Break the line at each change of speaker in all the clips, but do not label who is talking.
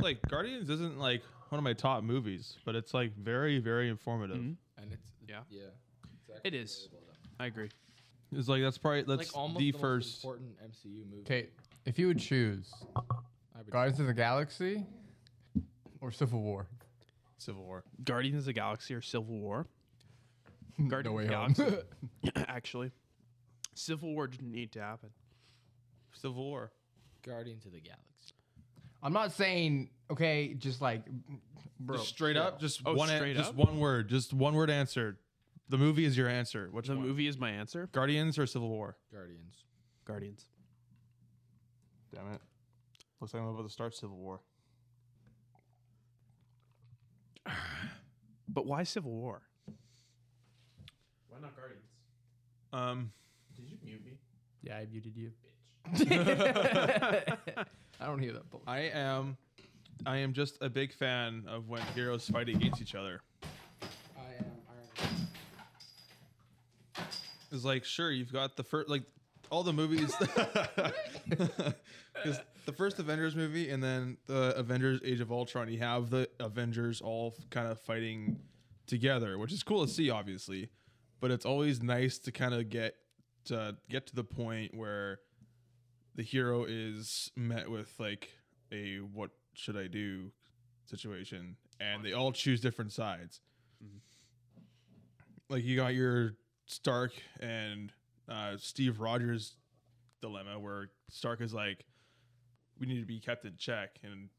like Guardians isn't like one of my top movies, but it's like very, very informative.
and it's yeah,
Yeah. It's
It
actually
is.
really well done.
I agree.
It's like that's probably that's
Like almost
the
the most
first.
important MCU movie.
Okay, if you would choose
I would
Guardians of the Galaxy or Civil War,
Civil War.
Guardians of the Galaxy or Civil War.
No
Guardians
Way
of the
Home.
Galaxy. Actually, Civil War didn't need to happen.
Civil War.
Guardians of the Galaxy.
I'm not saying okay, just like bro.
Just straight up, just
Oh,
one, an-
straight
just
up?
one word, just one word answered. The movie is your answer. Which
The
one?
movie is my answer.
Guardians or Civil War?
Guardians.
Guardians.
Damn it! Looks like I'm about to start Civil War.
But why Civil War? Why not Guardians?
Um,
Did you mute me?
yeah, I muted you. I don't hear that. Bull-
I am, I am just a big fan of when heroes fight against each other.
I am Iron
is like sure you've got the first like all the movies 'Cause the first avengers movie and then the avengers age of ultron you have the avengers all f- kind of fighting together which is cool to see obviously but it's always nice to kind of get to get to the point where the hero is met with like a what should i do situation and they all choose different sides like you got your Stark and uh, Steve Rogers dilemma where Stark is like, we need to be kept in check. And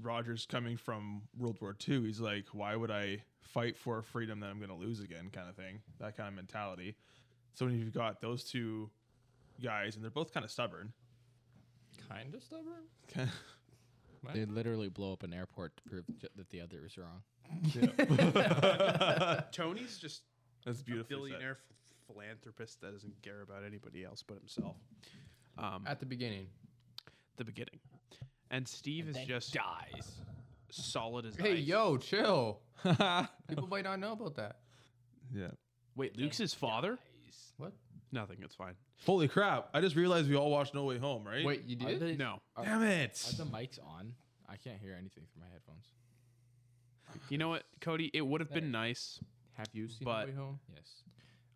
Rogers, coming from World War II, he's like, why would I fight for a freedom that I'm going to lose again, kind of thing, that kind of mentality. So when you've got those two guys, and they're both kind of stubborn.
Kind of stubborn.
They literally blow up an airport to prove ju- that the other is wrong.
Tony's just
That's beautiful.
a billionaire ph- philanthropist that doesn't care about anybody else but himself. Um, at
At the beginning.
the beginning, and Steve is just
Dies.
solid as
Hey
ice.
yo, chill. People might not know about that.
Yeah.
Wait, Luke's his father?
What?
Nothing. It's fine.
Holy crap. I just realized we all watched No Way Home, right?
Wait, you
Are
did?
the,
No.
Damn it.
Are the mics on? I can't hear anything through my headphones.
You know what, Cody? It would have
There.
been nice.
Have you seen
But-
No Way Home?
Yes.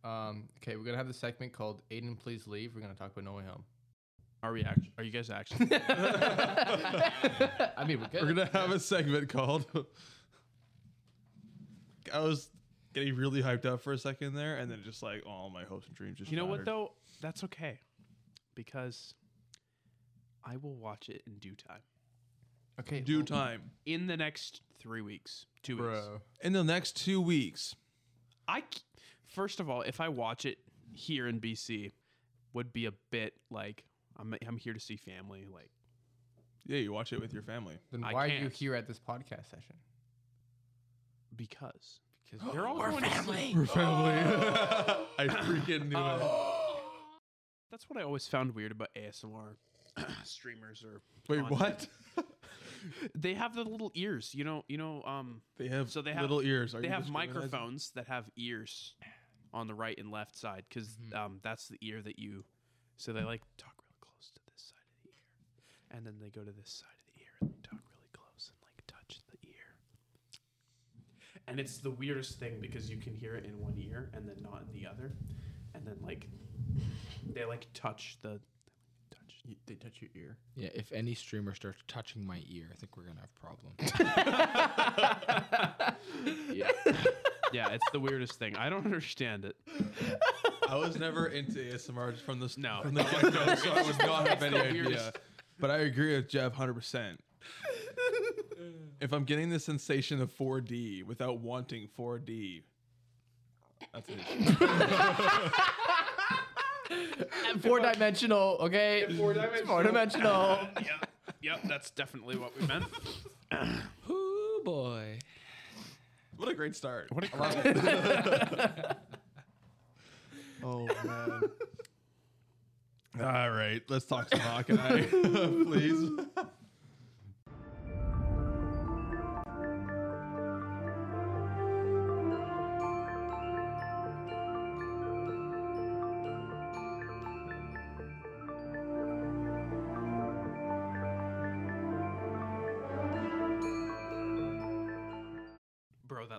Um, okay, we're gonna have the segment called Aiden, please leave. We're gonna talk about No Way Home.
Are we actually? Are you guys actually?
I mean, we're good.
We're gonna have a segment called. I was getting really hyped up for a second there, and then just like all my hopes and dreams just.
you know what
shattered.
though? That's okay, because I will watch it in due time.
okay,
Due
well,
time
In the next three weeks, two weeks.
bro.
in the next two weeks.
I c- first of all, if I watch it here in BC, would be a bit like I'm I'm here to see family. Like
Yeah, you watch it with your family.
Then
I
why are you
can't.
here at this podcast session?
because because they're all going To sleep.
Your family. I freaking knew
Oh.
it.
That's what I always found weird about ASMR streamers or
Wait,
on-
what?
They have the little ears, you know. You know, um,
They have
So they have-
little ears. Are
they
you
have
just realizing-
microphones that have ears on the right and left side because
Mm-hmm.
um, that's the ear that you. So they like talk really close to this side of the ear, and then they go to this side of the ear and they talk really close and like touch the ear. And it's the weirdest thing because you can hear it in one ear and then not in the other, and then like they like touch the. touch.
They touch your ear.
Yeah, if any streamer starts touching my ear, I think we're gonna have problems.
Yeah, yeah, it's the weirdest thing. I don't understand it.
I was never into ASMR from the
No.
from the get go, so I was not have any idea.
weirdest.
But I agree with Jeff hundred percent. If I'm getting the sensation of 4D without wanting 4D, that's it.
Four dimensional, okay? Four dimensional. Four dimensional.
Yeah, yep, that's definitely what we meant.
Ooh boy.
What a great start!
What a
oh man.
All right, let's talk some Hawkeye, please.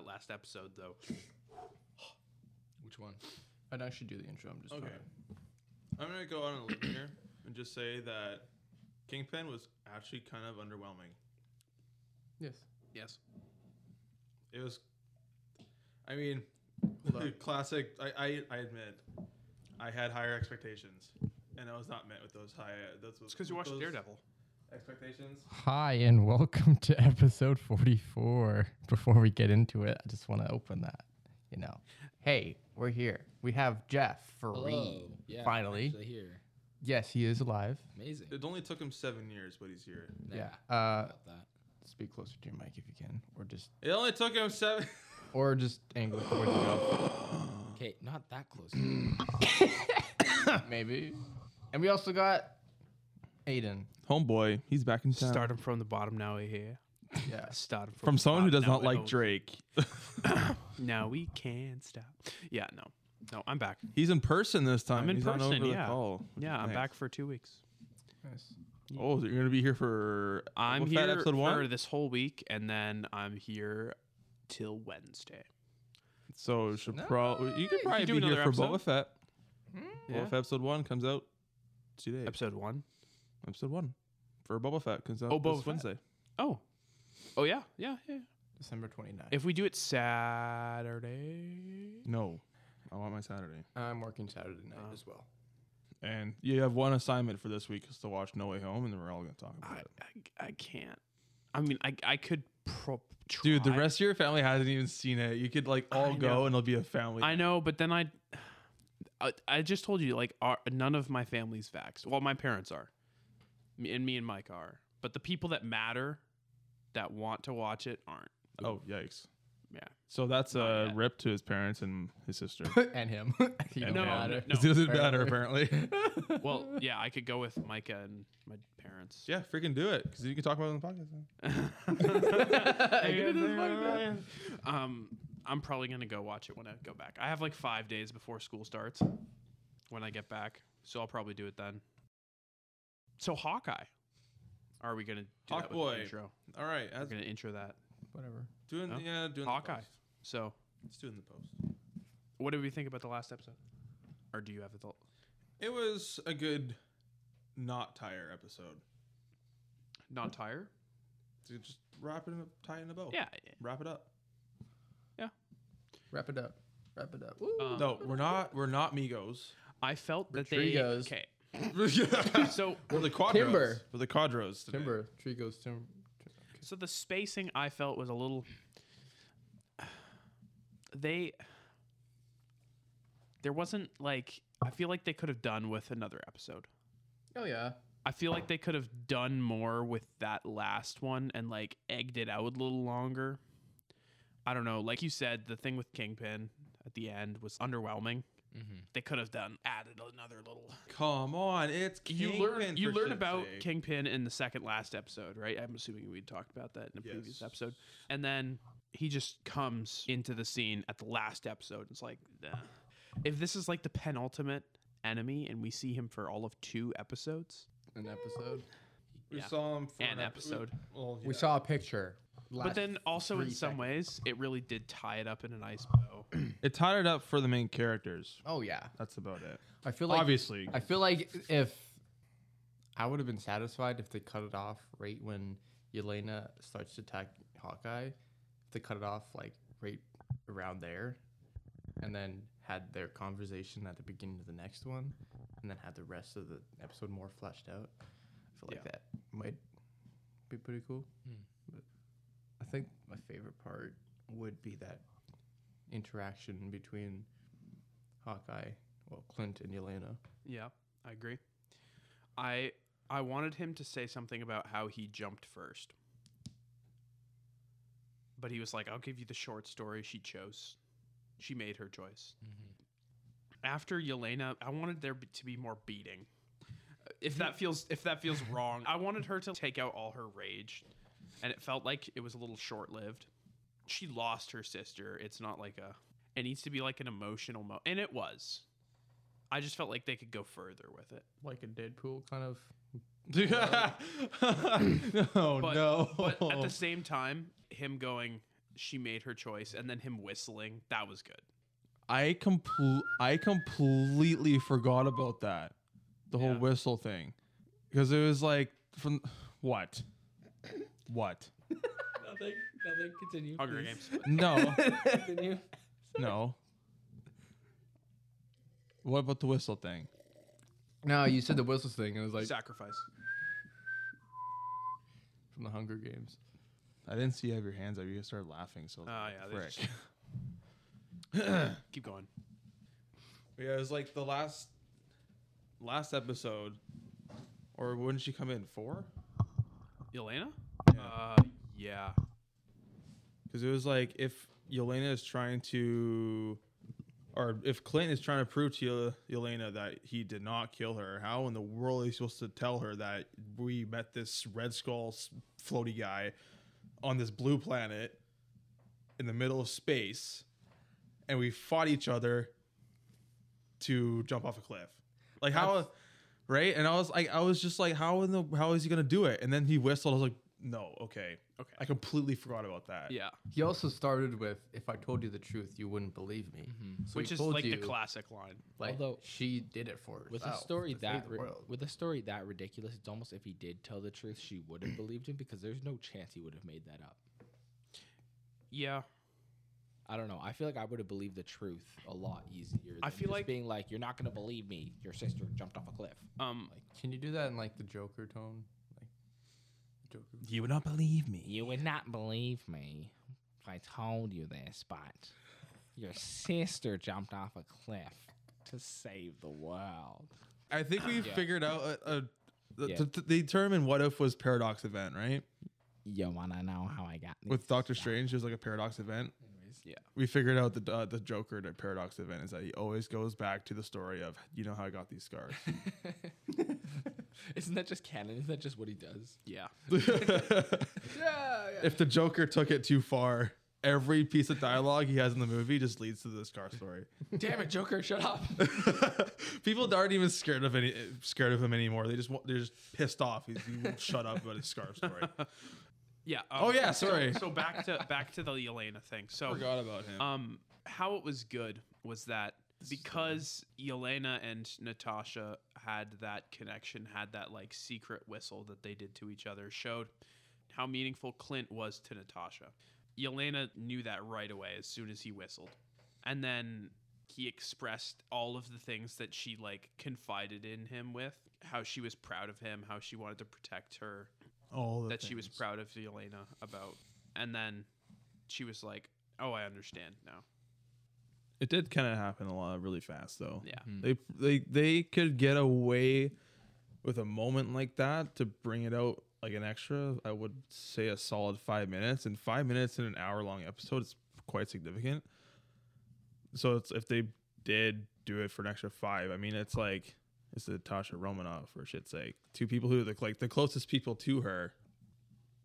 last episode though.
Which one? I know I should do the intro. I'm just
Okay.
trying.
I'm gonna go on a limb here and just say that Kingpin was actually kind of underwhelming.
Yes.
Yes.
It was, I mean,
Hold
the
up.
classic. I, I I admit, I had higher expectations, and I was not met with those high. That's
It's because you watched Daredevil.
Expectations.
Hi, and welcome to episode 44. Before we get into it, I just want to open that, you know. Hey, we're here. We have Jeff free.
Yeah,
finally.
actually here.
Yes, he is alive.
Amazing.
It only took him seven years, but he's here.
Yeah.
Nah,
Uh,
about that.
speak closer to your mic if you can, or just
It only took him seven.
or just angle it towards your mouth,
Okay, not that close. Mm-hmm.
maybe. And we also got Aiden.
Homeboy, he's back in town.
Start him from the bottom now we hear.
Yeah.
Start 'em from,
from
the
someone who
bottom,
does
now
not
we
like
hold.
Drake.
No, we can't stop. Yeah, no. No, I'm back.
He's in person this time.
I'm in
he's Not
person,
over
yeah.
The call.
Yeah, I'm
Thanks.
back for two weeks.
Nice.
Oh, you're gonna be here for
I'm
what's
here
That episode
for
one.
this whole week, and then I'm here till Wednesday.
So it should
Nice.
probably you could
You
probably
do
be here
another
for
episode?
Boba Fett.
Yeah.
Boba Fett episode one comes out today.
Episode one.
episode one for Boba Fett comes out
Oh, Boba
this
Fett.
Wednesday.
Oh, oh yeah, yeah, yeah.
December 29th.
If we do it Saturday,
No, I want my Saturday.
I'm working Saturday night as well.
And you have one assignment for this week is to watch No Way Home, and then we're all gonna talk about
I,
it.
I, I can't. I mean, I, I could pro- try.
Dude, the rest of your family hasn't even seen it. You could like all
I
go,
know.
and it'll be a family.
I know, but then I, I, I just told you like our, none of my family's vax. Well, my parents are, me and me and Mike are, but the people that matter, that want to watch it aren't.
Oh yikes!
Yeah.
So that's
Not
a
yet.
rip to his parents and his sister.
and him. He
And
don't
No,
him.
matter.
no,
it doesn't matter apparently.
Well, yeah, I could go with Micah and my parents.
yeah, freaking do it because you can talk about it on the podcast. then.
um, I'm probably gonna go watch it when I go back. I have like five days before school starts when I get back, so I'll probably do it then. So Hawkeye, are we gonna do that with the
Hawkboy.
intro?
All right,
We're
as
gonna intro that.
Whatever.
doing
No?
yeah doing
Hawkeye.
The post.
So,
It's doing the post.
what did we think about the last episode? Or do you have the?
It was a good not tire episode.
Non tire?
Dude, just wrap it up, tie in a bow.
Yeah.
wrap it up.
Wrap it up. Wrap it up. Woo.
Um,
No, we're not. We're not Migos.
I felt that
Rodriguez.
they.
we're
Okay. So
the Quadros.
Timber.
We're the Quadros. today.
Timber. Tree goes timber.
So the spacing I felt was a little. They. There wasn't like I feel like they could have done with another episode.
Oh yeah.
I feel like they could have done more with that last one and like egged it out a little longer. I don't know. Like you said, the thing with Kingpin at the end was underwhelming.
Mhm.
They could have done added another little
Come on, it's
you
Kingpin
learn you
for
learn
shit's
about
sake.
Kingpin in the second last episode, right? I'm assuming we talked about that in a previous
Yes.
episode. And then he just comes into the scene at the last episode. It's like "Nah." if this is like the penultimate enemy and we see him for all of two episodes.
An episode.
We
Yeah.
saw him for
An
ep-
episode.
We, well,
We
yeah.
saw a picture.
but then also in
three
some ways it really did tie it up in a nice bow.
It tied it up for the main characters.
Oh yeah.
That's about it.
I feel like
Obviously,
I feel like if I would have been satisfied if they cut it off right when Yelena starts to attack Hawkeye. If they cut it off like right around there, and then had their conversation at the beginning of the next one, and then had the rest of the episode more fleshed out. I feel like
Yeah.
that might be pretty cool.
Hmm.
But I think my favorite part would be that interaction between Hawkeye, well, Clint and Yelena.
Yeah, I agree. I I wanted him to say something about how he jumped first. But he was like, I'll give you the short story she chose. She made her choice. After Yelena, I wanted there be- to be more beating. If that feels if that feels wrong, I wanted her to take out all her rage and it felt like it was a little short-lived. She lost her sister. It's not like a it needs to be like an emotional mo and it was. I just felt like they could go further with it.
like a Deadpool kind of.
no,
But-
no. Oh.
But at the same time, him going, she made her choice and then him whistling, that was good.
I compl- I completely forgot about that. The whole
Yeah.
whistle thing. Because it was like from what? What?
Nothing. Nothing. Continue.
Hunger
please.
Mm-hmm.
Games.
No.
Continue.
no. What about the whistle thing?
No, you said the whistles thing. and It was like
Sacrifice.
from the Hunger Games.
I didn't see you have your hands up. You just started laughing. So
Oh yeah, they
frick.
just- keep going.
Yeah, it was like the last last episode, or wouldn't she come in four?
Elena?
Yeah.
Uh, yeah.
Because it was like if Yelena is trying to, or if Clinton is trying to prove to Yel- Yelena that he did not kill her, how in the world are you supposed to tell her that we met this Red Skull s- floaty guy on this blue planet in the middle of space, and we fought each other to jump off a cliff? Like how, right? And I was like, I was just like, how in the how is he gonna do it? And then he whistled. I was like, no, okay.
Okay.
I completely forgot about that.
Yeah.
He also started with, "If I told you the truth, you wouldn't believe me," so
Which
he
is
told
like
you,
the classic line.
Like
Although-
she did it for herself
With a story
to save
that
the
ri-
world.
with a story that ridiculous, it's almost if he did tell the truth, she would have believed him because there's no chance he would have made that up.
Yeah.
I don't know. I feel like I would have believed the truth a lot easier.
I
than
feel
just
like-
being like, "You're not going to believe me. Your sister jumped off a cliff."
Um,
Can you do that in like the Joker tone? Like Joker.
You would not believe me.
You would not believe me if I told you this, but your sister jumped off a cliff to save the world.
I think we
Yeah.
figured out a, a the,
Yeah.
the- the- the term in What If was paradox event, right?
You want to know how I got
With
these?
Doctor Strange, there's like a paradox event.
Yeah.
We figured out the uh, the Joker the paradox event is that he always goes back to the story of you know how I got these scars.
Isn't that just canon? Isn't that just what he does?
yeah.
If the Joker took it too far, every piece of dialogue he has in the movie just leads to the scar story.
Damn it, Joker! Shut up.
People aren't even scared of any scared of him anymore. They just want, they're just pissed off. He's, he won't shut up about his scar story.
Yeah. um,
Oh yeah,
so-
sorry.
So, back to back to the Elena thing. So
forgot about him.
um, how it was good was that because Yelena and Natasha had that connection, had that like secret whistle that they did to each other, showed how meaningful Clint was to Natasha. Yelena knew that right away as soon as he whistled. And then he expressed all of the things that she like confided in him with, how she was proud of him, how she wanted to protect her,
All the
that she was
things.
proud of Elena about. And then she was like, "Oh, I understand now."
It did kind of happen a lot really fast though.
Yeah.
They they they could get away with a moment like that to bring it out like an extra, I would say a solid 5 minutes and 5 minutes in an hour long episode is quite significant. So it's if they did do it for an extra 5, I mean it's like it's Natasha Romanoff for shit's sake. Two people who look like the closest people to her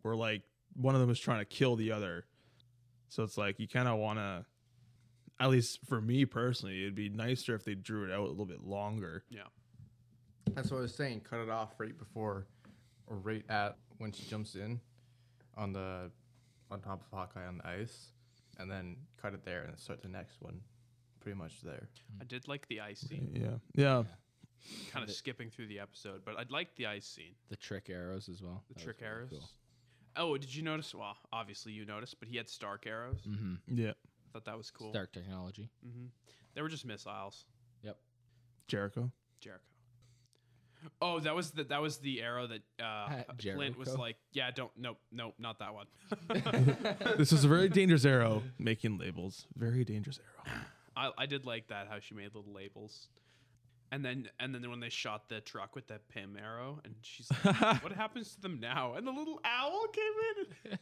were like one of them was trying to kill the other. So it's like you kind of want to at least for me personally, it'd be nicer if they drew it out a little bit longer.
Yeah.
That's what I was saying. Cut it off right before, or right at when she jumps in, on the, on top of Hawkeye on the ice, and then cut it there and start the next one, pretty much there.
Mm-hmm.
I did like the ice scene.
Yeah. Yeah.
Kind of skipping through the episode, but I'd like the ice scene.
The trick arrows as well.
The trick arrows. Oh, did you notice? Well, obviously you noticed, but he had Stark arrows.
Mm-hmm.
Yeah.
I thought that was cool.
Stark technology.
hmm They were just missiles.
Jericho.
Jericho. Oh, that was the that was the arrow that uh,
At
Clint was
Jericho.
like, yeah, don't, nope, nope, not that one.
this is a very dangerous arrow making labels. Very dangerous arrow.
I, I did like that how she made little labels, and then and then when they shot the truck with that Pym arrow, and she's like, what happens to them now? And the little owl came in.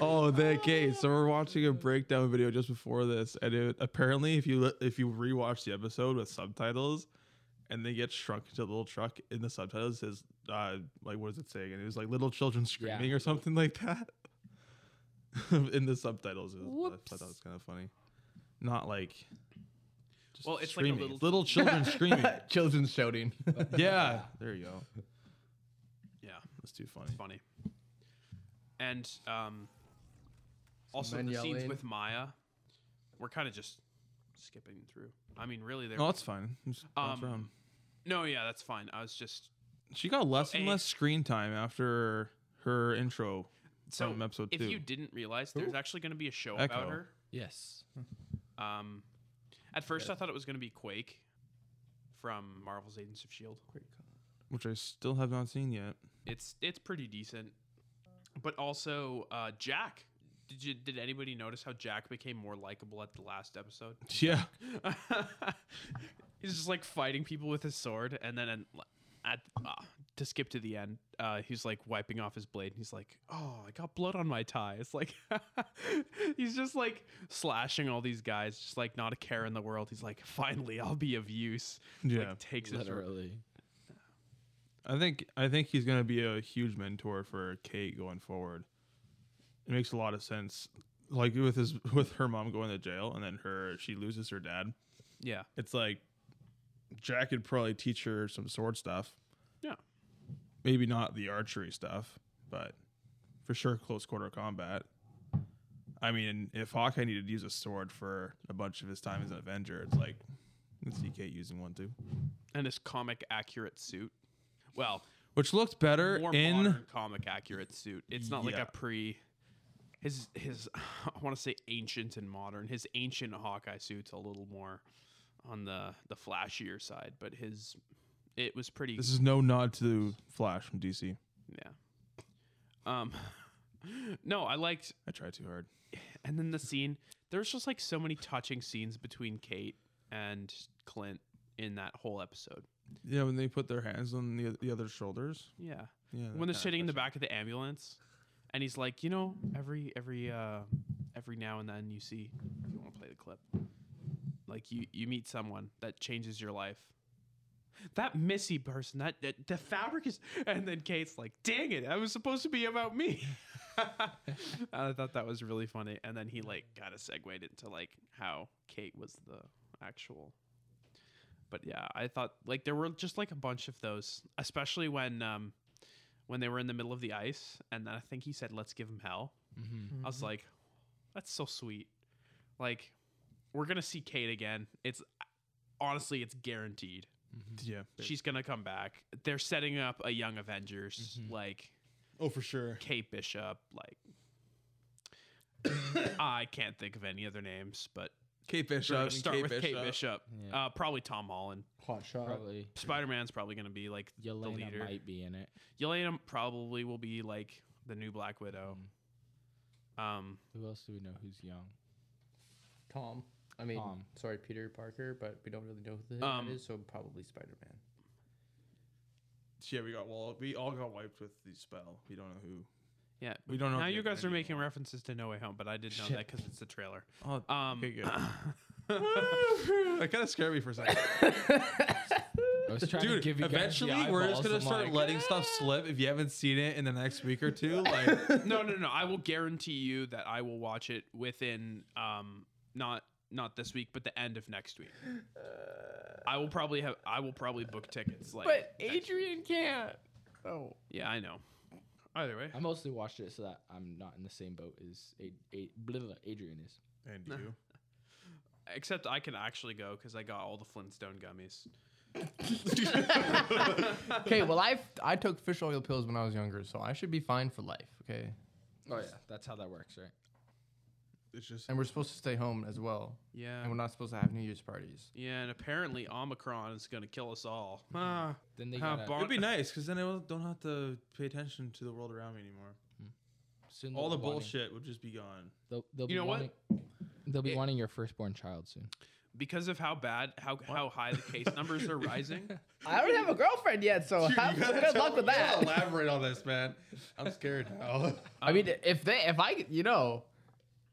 Oh, the okay. So we're watching a breakdown video just before this, and it, apparently, if you li- if you rewatch the episode with subtitles, and they get shrunk into a little truck in the subtitles, it says uh, like what does it say? And it was like little children screaming or something like that. in the subtitles, it was, I thought that was kind of funny. Not like. Just
Well, it's like a
screaming.
little-
little children screaming.
Children shouting.
Yeah, there you go.
yeah.
That's too funny.
It's funny. And um, Also,
men
the scenes
yelling.
with Maya, we're kind of just skipping through. I mean, really, they're
No, that's fine. I'm just bounce
Um,
around.
no, yeah, that's fine. I was just
She got less and
hey.
less screen time after her intro
so
from episode
if
two.
you didn't realize, there's actually going to be a show
Echo.
about her.
Yes.
Um, at first, I thought it was going to be Quake from Marvel's Agents of Shield.
which I still have not seen yet.
It's it's pretty decent, but also uh, Jack. Did you did anybody notice how Jack became more likable at the last episode?
Yeah.
he's just like fighting people with his sword, and then in- at uh, to skip to the end, uh, he's like wiping off his blade, and he's like, "Oh, I got blood on my tie." It's like he's just like slashing all these guys, just like not a care in the world. He's like, "Finally, I'll be of use."
Yeah.
like, takes his
Literally.
I think I think he's gonna be a huge mentor for Kate going forward. It makes a lot of sense. Like with his with her mom going to jail and then her she loses her dad.
yeah,
It's like Jack could probably teach her some sword stuff.
Yeah.
Maybe not the archery stuff, but for sure close quarter combat. I mean, if Hawkeye needed to use a sword for a bunch of his time as an Avenger, it's like let's see Kate using one too.
and his comic accurate suit. Well,
Which looked better
more
in
modern comic accurate suit. It's not like
Yeah.
a pre. His his I want to say ancient and modern. His ancient Hawkeye suit's a little more on the the flashier side, but his it was pretty.
This is no nod to Flash from DC.
yeah. Um. No, I liked,
I tried too hard.
and then the scene. There's just like so many touching scenes between Kate and Clint in that whole episode.
Yeah, when they put their hands on the, the other's shoulders.
Yeah.
Yeah.
when they're sitting in the back of the ambulance and he's like you know every every uh every now and then you see if you want to play the clip like you you meet someone that changes your life that missy person that, that the fabric is and then kate's like dang it that was supposed to be about me i thought that was really funny and then he like kind of segued into like how kate was the actual but yeah i thought like there were just like a bunch of those especially when um when they were in the middle of the ice, and then I think he said, "Let's give him hell."
Mm-hmm.
I
Mm-hmm.
was like, "That's so sweet." Like, we're gonna see Kate again. It's honestly, it's guaranteed.
Yeah.
She's gonna come back. They're setting up a young Avengers, like
Oh, for sure.
Kate Bishop. Like, I can't think of any other names, but
Kate
we're
Bishop.
gonna
and
start
Kate
with
Bishop.
Kate Bishop.
Yeah.
Uh, probably Tom Holland.
Hot shot.
Probably.
Spider Man's probably gonna be like the
Yelena
leader.
might be in it.
Yelena probably will be like the new Black Widow.
Mm.
Um,
Who else do we know who's young?
Tom. I mean,
Tom.
sorry, Peter Parker, but we don't really know who the
Um,
um, is, so probably Spider Man.
Yeah, we got well, we all got wiped with the spell. We don't know who.
yeah.
We don't know.
Now
if
you
they're
guys are
gonna
making references to No Way Home, but I didn't know that because it's the trailer.
be- Oh,
Um,
okay, good. that kind of scared me for a second,
I was trying
dude.
to give you
Eventually,
guys the
we're just
eyeballs.
gonna
I'm
start
like,
letting stuff slip if you haven't seen it in the next week or two. Like,
no, no, no. I will guarantee you that I will watch it within um not not this week, but the end of next week.
Uh.
I will probably have I will probably book tickets. Like,
Adrian can't. Oh.
yeah, I know. Either way,
I mostly watched it so that I'm not in the same boat as a- a- blah, blah, Adrian is.
and you.
except I can actually go because I got all the Flintstone gummies.
Okay, well, I I took fish oil pills when I was younger, so I should be fine for life. Okay,
Oh yeah, that's how that works, right?
It's just
and we're supposed to stay home as well,
Yeah,
and we're not supposed to have New Year's parties.
yeah, and apparently Omicron is gonna kill us all. Ah,
Then they
Huh,
got
bon-
it'd be nice because then I won't- don't have to pay attention to the world around me anymore.
soon
All the
they'll be wanting-
bullshit would just be gone.
They'll, they'll
You
be
know what?
wanting, They'll be
It-
wanting your firstborn child soon.
because of how bad how how high the case numbers are rising.
I don't have a girlfriend yet, so have good luck with that.
Elaborate on this, man. I'm scared now.
I mean, if they, if I, you know,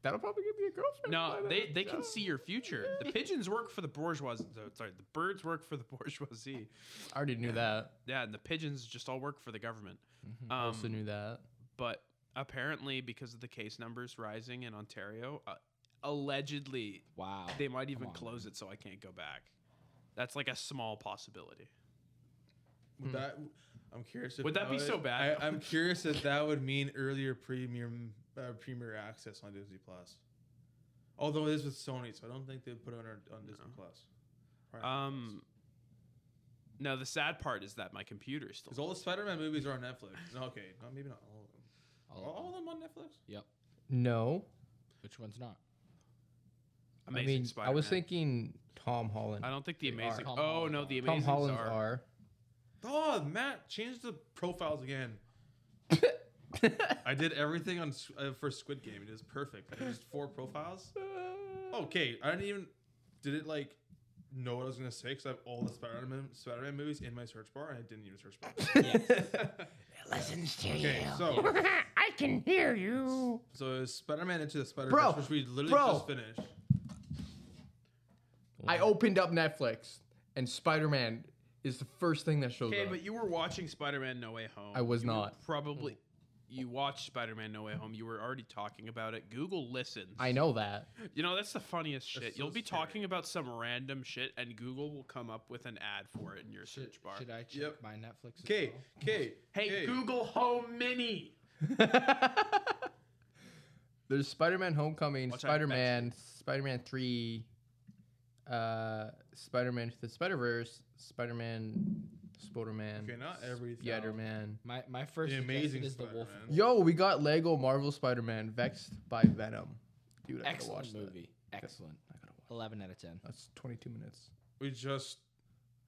that'll probably give me a girlfriend.
No, they, they can see your future. The pigeons work for the bourgeoisie. Sorry, the birds work for the bourgeoisie.
I already knew that.
Yeah, and the pigeons just all work for the government.
I
Um,
Mm-hmm. also knew that.
but apparently, because of the case numbers rising in Ontario, uh, allegedly
Wow.
they might even
on,
close it, so I can't go back. That's like a small possibility.
Would that I'm curious. If
Hmm. Would that be so bad?
I, I'm curious if that would mean earlier premium uh, Premier Access on Disney Plus. Although it is with Sony, so I don't think they'd put it on, on Disney
No.
Plus. Prime Plus.
Um, no, the sad part is that my computer is still.
Because all the Spider-Man movies are on Netflix. No, okay, no, maybe not all of them.
All
Are
of
all
them.
of them on Netflix?
No,
Which one's not?
amazing
I mean I was
Spider-Man.
thinking Tom Holland.
I don't think the
They are.
amazing.
Tom
Oh
Holland
no,
are.
the
Tom
amazing
Holland's
are.
are.
Oh, Matt, change the profiles again. I did everything on S- uh, for Squid Game. It is perfect. I used four profiles. Okay, I didn't even did it like know what I was gonna say because I have all the Spider-Man Spider-Man movies in my search bar and I didn't even search bar.
Listens to
Okay, so
I can hear you.
so it was Spider-Man into the Spider
Bro,
Verse, which we literally
bro.
just finished.
I opened up Netflix and Spider Man is the first thing that shows
Okay,
up.
but you were watching Spider-Man: No Way Home.
I was
You were
not.
probably. You watched Spider-Man: No Way Home. You were already talking about it. Google listens.
I know that.
You know that's the funniest shit.
That's so
You'll be
scary.
talking about some random shit, and Google will come up with an ad for it in your
Should,
search bar.
should I check
Yep.
my Netflix? as
Okay,
well?
okay.
hey, Google Home Mini.
There's Spider Man Homecoming,
Watch out,
Spider Man, Spider Man 3, uh, Spider Man the Spider Verse, Spider Man, Spider Man,
Okay, not everything.
Spider Man.
My my first
The
amazing
Amazing
is the Wolf.
Spider-Man.
Yo, we got Lego Marvel Spider Man Vexed by Venom. Dude, I gotta watch
Excellent
that.
movie. Excellent.
I gotta watch.
Eleven out of ten.
That's 22 minutes.
We just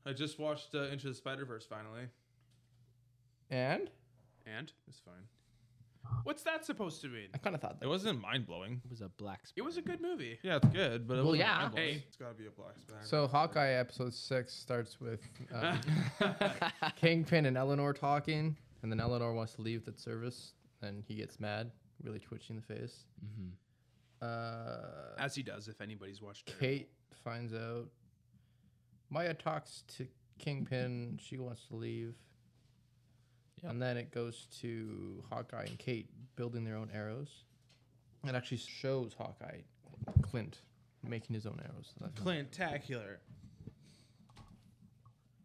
I just watched uh, Into the Spider Verse finally.
And
And
It's fine.
what's that supposed to mean?
I kind of thought
It
that.
wasn't mind blowing.
It was a black.
It was a good movie.
Yeah, it's good, but it
Well,
wasn't
yeah.
mind-blowing.
Hey.
it's gotta be a black Spider.
So Hawkeye episode six starts with um,
Spider-Man.
Kingpin and Eleanor talking, and then Eleanor wants to leave the service, and he gets mad, really twitching the face.
Mhm.
Uh,
As he does, if anybody's watched it.
Kate finds out. Maya talks to Kingpin. She wants to leave.
Yeah.
And then it goes to Hawkeye and Kate building their own arrows. It actually shows Hawkeye Clint making his own arrows. So that's-
Clintacular.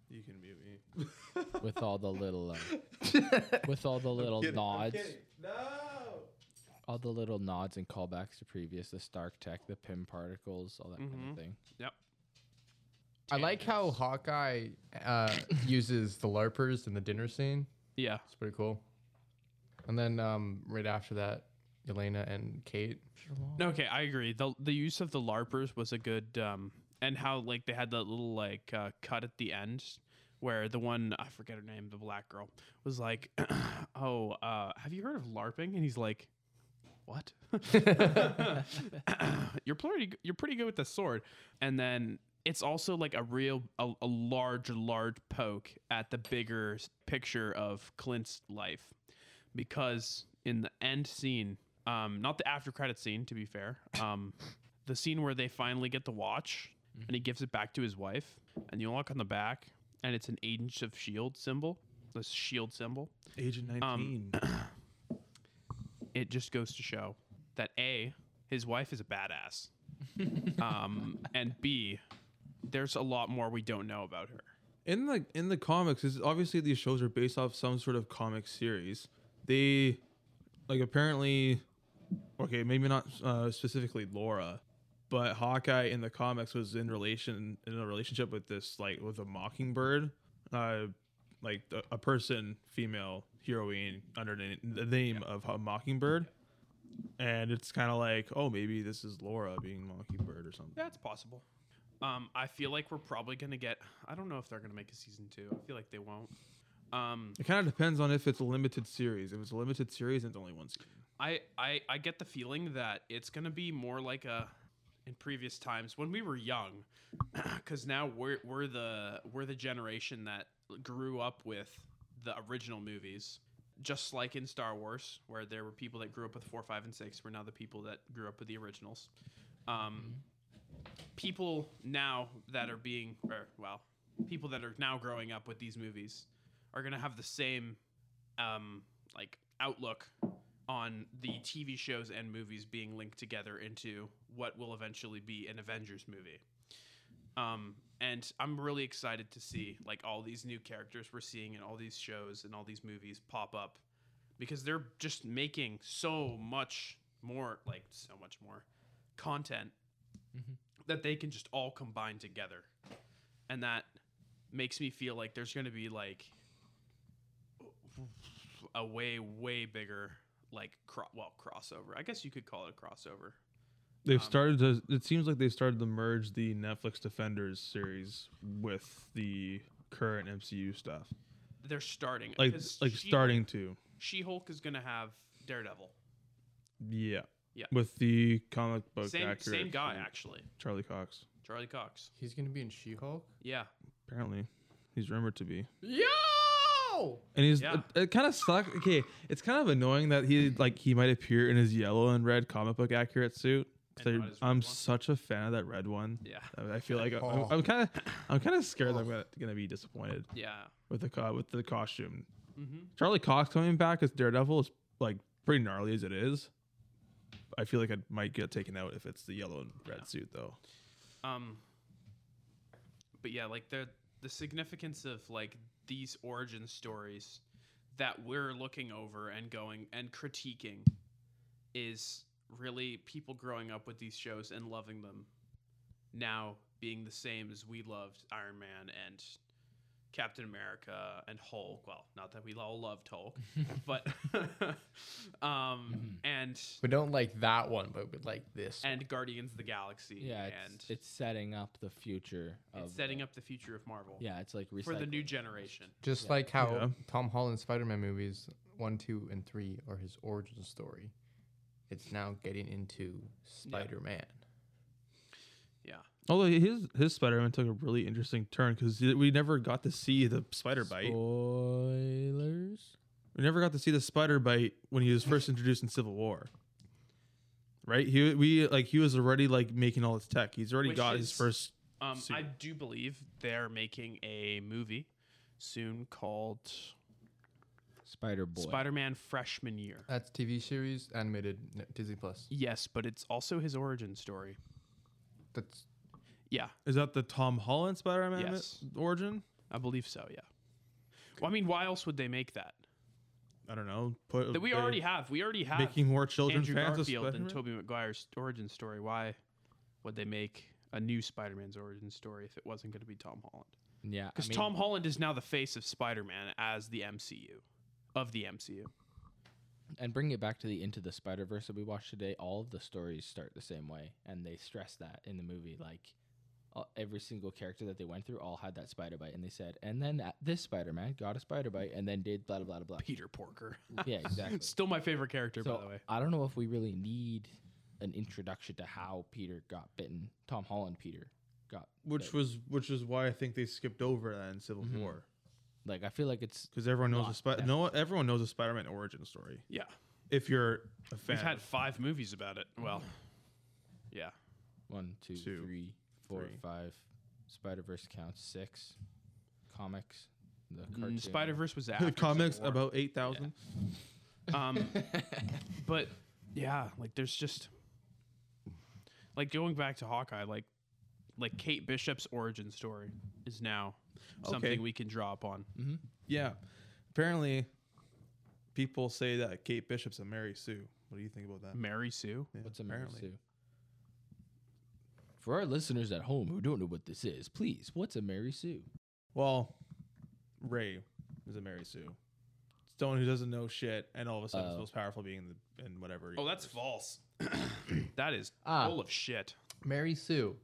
You can mute me.
with all the little, uh, with all the little
Kidding, I'm
nods,
kidding. No.
all the little nods and callbacks to previous, the Stark Tech, the Pym particles, all that kind
Mhm.
of thing.
I like how Hawkeye uh, uses the LARPers in the dinner scene.
Yeah.
It's pretty cool. And then um, right after that, Elena and Kate.
No, okay, I agree. The the use of the larpers was a good um and how like they had that little like uh, cut at the end where the one I forget her name, the black girl was like, "Oh, uh, have you heard of larping?" and he's like, "What?" you're pretty you're pretty good with the sword. And then it's also like a real a, a large large poke at the bigger s- picture of Clint's life because in the end scene, um, not the after credit scene, to be fair, um, the scene where they finally get the watch and he gives it back to his wife, and you look on the back, and it's an agent of shield E symbol, this shield E symbol.
Agent 19.
It just goes to show that a his wife is a badass, um, and b there's a lot more we don't know about her.
in the in the comics, is obviously these shows are based off some sort of comic series. They like apparently okay, maybe not uh, specifically Laura, but Hawkeye in the comics was in relation in a relationship with this like with a mockingbird, uh, like a, a person, female heroine under the the name of a mockingbird, and it's kind of like oh maybe this is Laura being mockingbird or something.
That's possible. Um, I feel like we're probably gonna get. I don't know if they're gonna make a season two. I feel like they won't. Um,
It kind of depends on if it's a limited series. If it's a limited series, it's only one season.
I, I I get the feeling that it's gonna be more like a in previous times when we were young, because now we're we're the we're the generation that grew up with the original movies. Just like in Star Wars, where there were people that grew up with four, five, and six, we're now the people that grew up with the originals. Um, people now that are being, or well, people that are now growing up with these movies are gonna have the same, um, like outlook on the TV shows and movies being linked together into what will eventually be an Avengers movie. Um, and I'm really excited to see like all these new characters we're seeing in all these shows and all these movies pop up because they're just making so much more, like so much more content that they can just all combine together. And that makes me feel like there's going to be like a way, way bigger, like, cro- well, crossover. I guess you could call it a crossover.
They've
Um,
started to. It seems like they started to merge the Netflix Defenders series with the current MCU stuff.
They're starting.
Like,
'cause
like
She-
starting to.
She Hulk is going to have Daredevil.
Yeah.
Yeah.
With the comic book
Same,
actor,
same guy,
from
actually.
Charlie Cox.
Charlie Cox.
He's gonna be in She-Hulk.
Yeah.
Apparently, he's rumored to be.
Yo!
And he's
Yeah.
it, kind of sucks. Okay, it's kind of annoying that he like he might appear in his yellow and red comic book accurate suit. 'Cause
And
I-
not his red
I'm
one.
such a fan of that red one.
Yeah.
I I feel like I-
Oh.
I'm kind of I'm kind of scared that I'm gonna, gonna be disappointed
Yeah.
with the co- with the costume.
Mm-hmm.
Charlie Cox coming back as Daredevil is like pretty gnarly as it is. I feel like I might get taken out if it's the yellow and red suit though.
Um. But yeah, like the the significance of like these origin stories that we're looking over and going and critiquing is really people growing up with these shows and loving them now being the same as we loved Iron Man and Captain America and Hulk. Well, not that we all loved Hulk, but
Mm-hmm.
um and
We don't like that one, but we like this.
and Guardians of the Galaxy
Yeah,
and
it's, it's setting up the future. Of
It's setting up the future of Marvel
Yeah, it's like recycling.
for the new generation.
Just
Yeah.
like how
Yeah.
Tom Holland Spider-Man movies one, two, and three are his origin story. It's now getting into Spider-Man.
Yeah.
Although his his Spider Man took a really interesting turn because we never got to see the spider bite.
Spoilers.
We never got to see the spider bite when he was first introduced in Civil War. Right? He we like he was already like making all his tech. He's already
Which
got his
is-
first.
Um, I
Soon.
do believe they're making a movie soon called
Spider Boy.
Spider-Man Freshman Year.
That's TV series, animated, n- Disney Plus.
Yes, but it's also his origin story.
That's
Yeah,
Is that the Tom Holland Spider Man
Yes.
origin?
I believe so. Yeah. Well, I mean, why else would they make that?
I don't know. Put
That we
they-
already have. We already have
making more children
Andrew
fans
Garfield
of
and
Spider-Man?
Tobey Maguire's origin story. Why would they make a new Spider-Man's origin story if it wasn't going to be Tom Holland?
Yeah,
Because Tom Holland is now the face of Spider-Man as the MCU, of the MCU.
and bringing it back to the Into the Spider Verse that we watched today, all of the stories start the same way, and they stress that in the movie. Like all, every single character that they went through all had that spider bite, and they said, and then that, this Spider Man got a spider bite, and then did blah blah blah blah.
Peter Porker.
yeah, exactly.
Still my favorite character,
So
by the way.
I don't know if we really need an introduction to how Peter got bitten. Tom Holland Peter got
which
bit.
was which is why I think they skipped over that in Civil
Mhm.
War
like I feel like it's
because everyone knows
Lot,
a spider. No, one- everyone knows a Spider-Man origin story.
Yeah.
If you're a fan,
We've had five movies about it. Well, yeah.
one, two,
Two,
three, four,
three.
five. Spider Verse counts six. Comics, the cartoon.
Mm, Spider Verse was after
the
Civil
comics
War.
about eight thousand.
Um, but yeah, like there's just like going back to Hawkeye, like like Kate Bishop's origin story is now
Okay.
something we can draw upon.
Yeah. Apparently, people say that Kate Bishop's a Mary Sue. What do you think about that?
Mary Sue.
Yeah,
What's a Mary Sue? For our listeners at home who don't know what this is, please, what's a Mary Sue?
Well, Ray is a Mary Sue. Someone who doesn't know shit and all of a sudden is
Oh.
the most powerful being in, the, in whatever.
Oh, that's false. that is
Ah.
full of shit.
Mary Sue.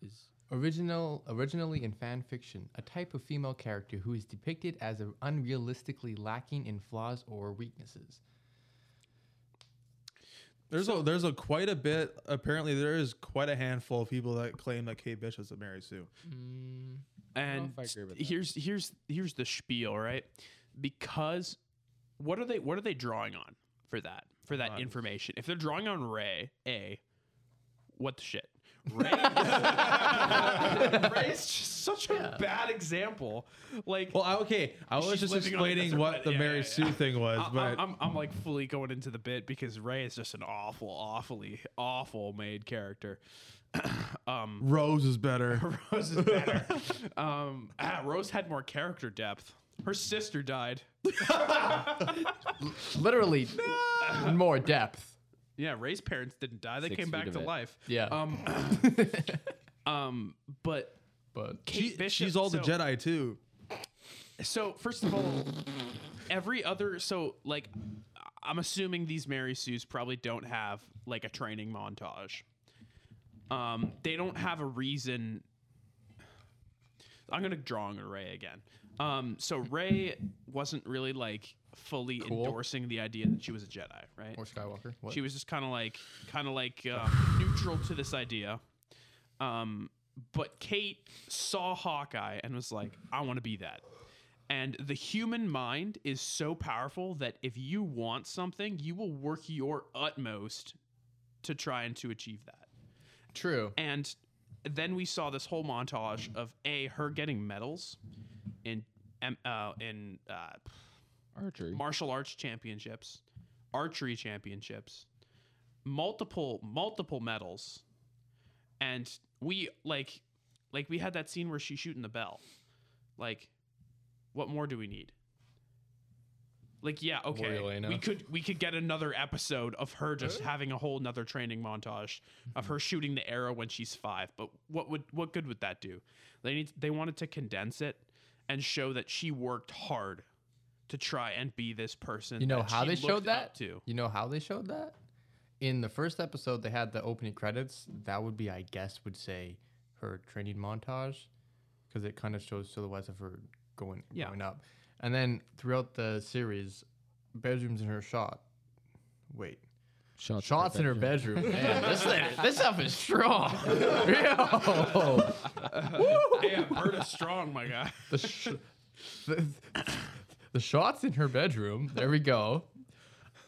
Is
Original, originally in fan fiction, a type of female character who is depicted as a unrealistically lacking in flaws or weaknesses.
there's a there's a quite a bit. Apparently, there is quite a handful of people that claim that Kate Bishop's a Mary Sue.
know
And
if I agree with that.
here's here's here's the spiel, right? Because what are they what are they drawing on for that for that
Right.
information? If they're drawing on Ray, a what the shit? Ray, Ray's just such a bad example. Like,
Well, I- okay, I was
She's
just
living on it,
explaining
that's
what
right.
the
Yeah,
Mary
yeah,
Sue
yeah.
thing was,
I,
but
am I'm like fully going into the bit because Ray is just an awful, awfully awful made character. um,
Rose is better.
Rose is better. um, ah, Rose had more character depth. Her sister died.
Literally, more depth.
Yeah, Ray's parents didn't die. They
Six
came
feet
back
of
to
it.
life.
Yeah.
Um, um, but
but
Kate
She-
Bishop.
she's all the
so-
Jedi too.
So first of all, every other so like I'm assuming these Mary Sue's probably don't have like a training montage. Um, they don't have a reason. I'm gonna draw on Ray again. Um, so Ray wasn't really like fully
Cool.
endorsing the idea that she was a Jedi, right?
or Skywalker. What?
She was just kind of like, kind of like um, neutral to this idea. Um, but Kate saw Hawkeye and was like, I want to be that. And the human mind is so powerful that if you want something, you will work your utmost to try and to achieve that.
True.
And then we saw this whole montage of a her getting medals in um, uh, in uh,
Archery.
martial arts championships, archery championships, multiple multiple medals, and we like like we had that scene where she's shooting the bell. Like, what more do we need? Like, yeah, okay,
Elena.
we could we could get another episode of her just having a whole another training montage of her shooting the arrow when she's five. But what would what good would that do? They need they wanted to condense it and show that she worked hard to try and be this person.
You know
that
how
she
they
looked
showed
up
that?
to.
You know how they showed that? In the first episode, they had the opening credits. That would be, I guess, would say her training montage because it kind of shows silhouettes of her going
Yeah.
going up. And then throughout the series, bedrooms in her shot. Wait,
Shots,
shots in her bedroom. Man, this thing- this stuff is strong. Yo.
Damn, Bird is strong, my guy.
the, sh- the, the shots in her bedroom. There we go.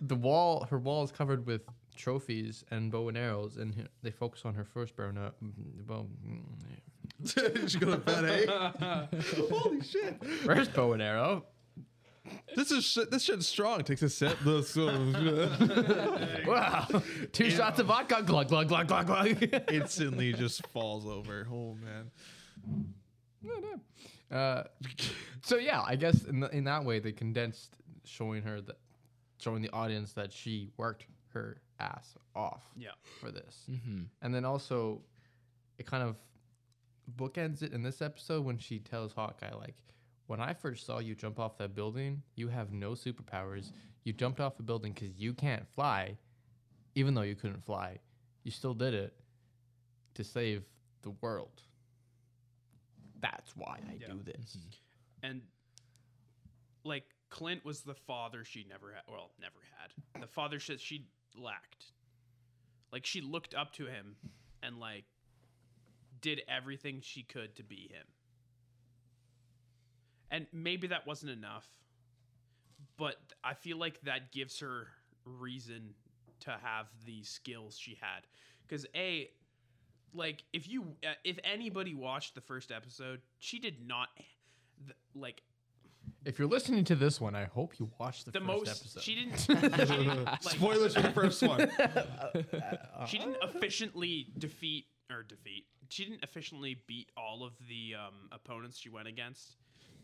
The wall, her wall is covered with trophies and bow and arrows, and he- they focus on her first bow. and ar- bow- mm,
she got a bad eh? egg. Holy shit!
First bow and arrow.
This is shit, this shit's strong. Takes a sip. The- so-
Wow! Two shots of vodka. Glug glug glug glug glug.
instantly just falls over. Oh man.
Uh, so yeah, I guess in, the, in that way they condensed showing her that, showing the audience that she worked her ass off.
Yeah.
For this,
Mm-hmm.
And then also, it kind of bookends it in this episode when she tells Hawkeye, like, when I first saw you jump off that building, you have no superpowers. You jumped off a building because you can't fly, even though you couldn't fly. You still did it to save the world. That's why I
Yeah.
do this.
And like Clint was the father she never had. Well, never had the father she, she lacked. Like she looked up to him, and like did everything she could to be him. And maybe that wasn't enough, but I feel like that gives her reason to have the skills she had. Because a, like if you uh, if anybody watched the first episode, she did not th- like
If you're listening to this one, I hope you watch the,
the
first
most
episode.
she didn't, she didn't like,
Spoilers for the first one.
she didn't efficiently defeat or defeat she didn't efficiently beat all of the um, opponents she went against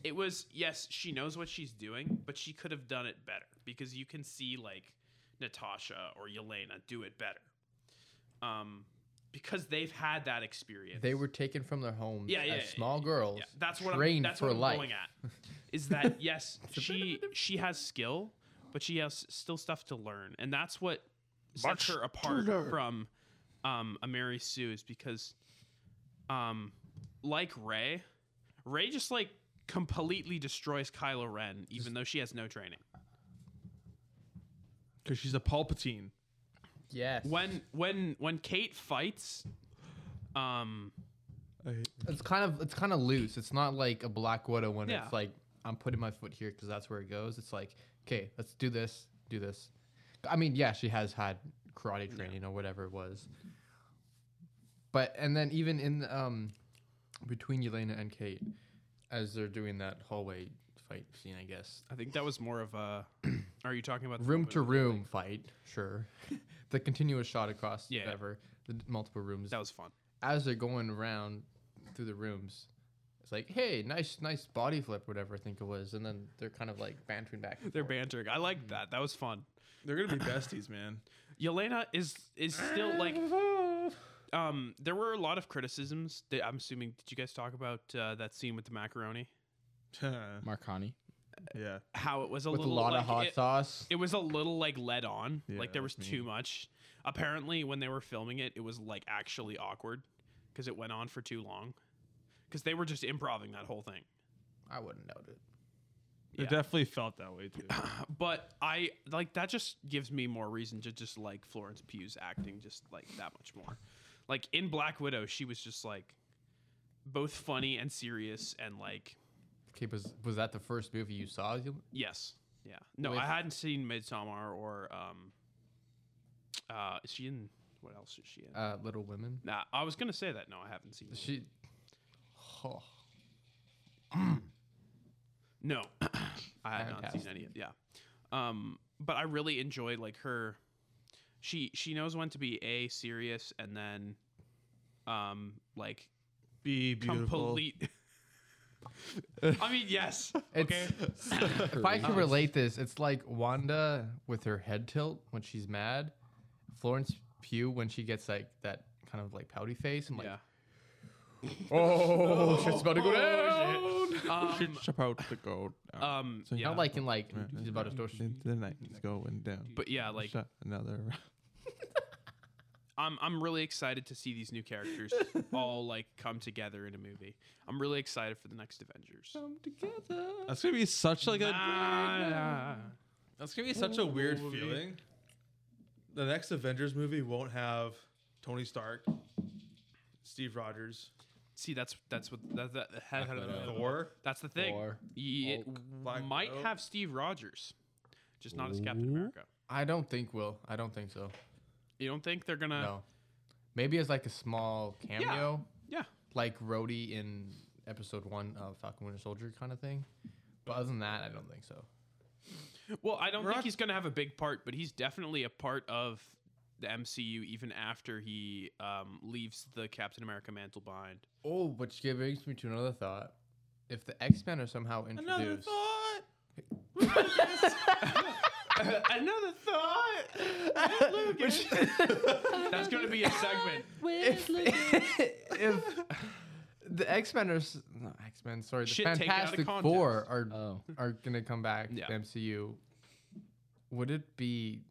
it was yes she knows what she's doing but she could have done it better because you can see like natasha or yelena do it better um because they've had that experience
they were taken from their homes
Yeah, yeah,
as
yeah,
small girls.
yeah, that's what I'm,
trained
that's
for
what I'm
life.
going at. Is that yes, she she has skill, but she has still stuff to learn, and that's what sets her apart from um, a Mary Sue is because, um, like Ray, Ray just like completely destroys Kylo Ren, even though she has no training.
Because she's a Palpatine.
Yes.
When when when Kate fights, um,
It's kind of it's kind of loose. It's not like a Black Widow when
Yeah.
it's like I'm putting my foot here because that's where it goes. It's like okay, let's do this, do this. I mean, yeah, she has had karate training or whatever it was, but and then even in um between Yelena and Kate, as they're doing that hallway fight scene, I guess
I think that was more of a. Are you talking about the
room
woman?
to room fight, sure. the continuous shot across
Yeah.
whatever the d- multiple rooms
That was fun.
as they're going around through the rooms, It's like, hey, nice, nice body flip, whatever I think it was, and then they're kind of like bantering back. and
They're
forth.
bantering. I like that. That was fun.
They're gonna be besties, man.
Yelena is is still like um there were a lot of criticisms that I'm assuming did you guys talk about uh, that scene with the macaroni?
Marcani.
yeah.
How it was a
with a
little
lot
like,
of hot
it,
sauce.
it was a little like led on.
Yeah,
like there was
that's
too
mean.
much. Apparently when they were filming it, it was like actually awkward because it went on for too long. Because they were just improving that whole thing.
I wouldn't note it.
It
Yeah.
definitely felt that way too.
But I like that just gives me more reason to just like Florence Pugh's acting just like that much more. Like in Black Widow, she was just like both funny and serious and like
Okay, was was that the first movie you saw? You-
yes. Yeah. No,
With-
I hadn't seen Midsummer or um uh is she in what else is she in?
Uh, Little Women.
nah, I was gonna say that. No, I haven't seen it.
She. Oh,
No. I have not seen
Fantastic.
any of yeah. Um but I really enjoyed like her she she knows when to be A serious and then um like
Be beautiful.
complete. I mean, yes. Okay.
It's- if I can relate this, it's like Wanda with her head tilt when she's mad, Florence Pugh when she gets like that kind of like pouty face. I'm like,
yeah.
oh, shit's about to go down.
Um,
about to go down.
um,
So
yeah.
Not like in like she's about to throw.
the night is going down.
but yeah, like
Shut another.
I'm I'm really excited to see these new characters all like come together in a movie. I'm really excited for the next Avengers.
together.
That's gonna be such like a.
Ah,
That's gonna be such a weird
movie.
feeling. The next Avengers movie won't have Tony Stark, Steve Rogers,
see, that's that's what that, that,
Thor.
that's the thing.
Thor,
Ye- It
Hulk,
Black
might
oh.
Widow.
have Steve Rogers, just not as Captain America.
I don't think will. I don't think so.
You don't think they're gonna?
No. Maybe as like a small cameo.
Yeah.
Like Rhodey in episode one of Falcon Winter Soldier kind of thing. But other than that, I don't think so.
Well, I don't
We're
think
not-
he's going to have a big part, but he's definitely a part of the MCU even after he um, leaves the Captain America mantle behind.
Oh, which gi- brings me to another thought. If the X Men are somehow introduced,
thought.
Another thought. That's going to be a segment.
if, if the X Men are s- no, X Men, sorry, the
Shit taken out of
Fantastic Four
context.
are
Oh,
are gonna come back
Yeah.
to MCU, would it be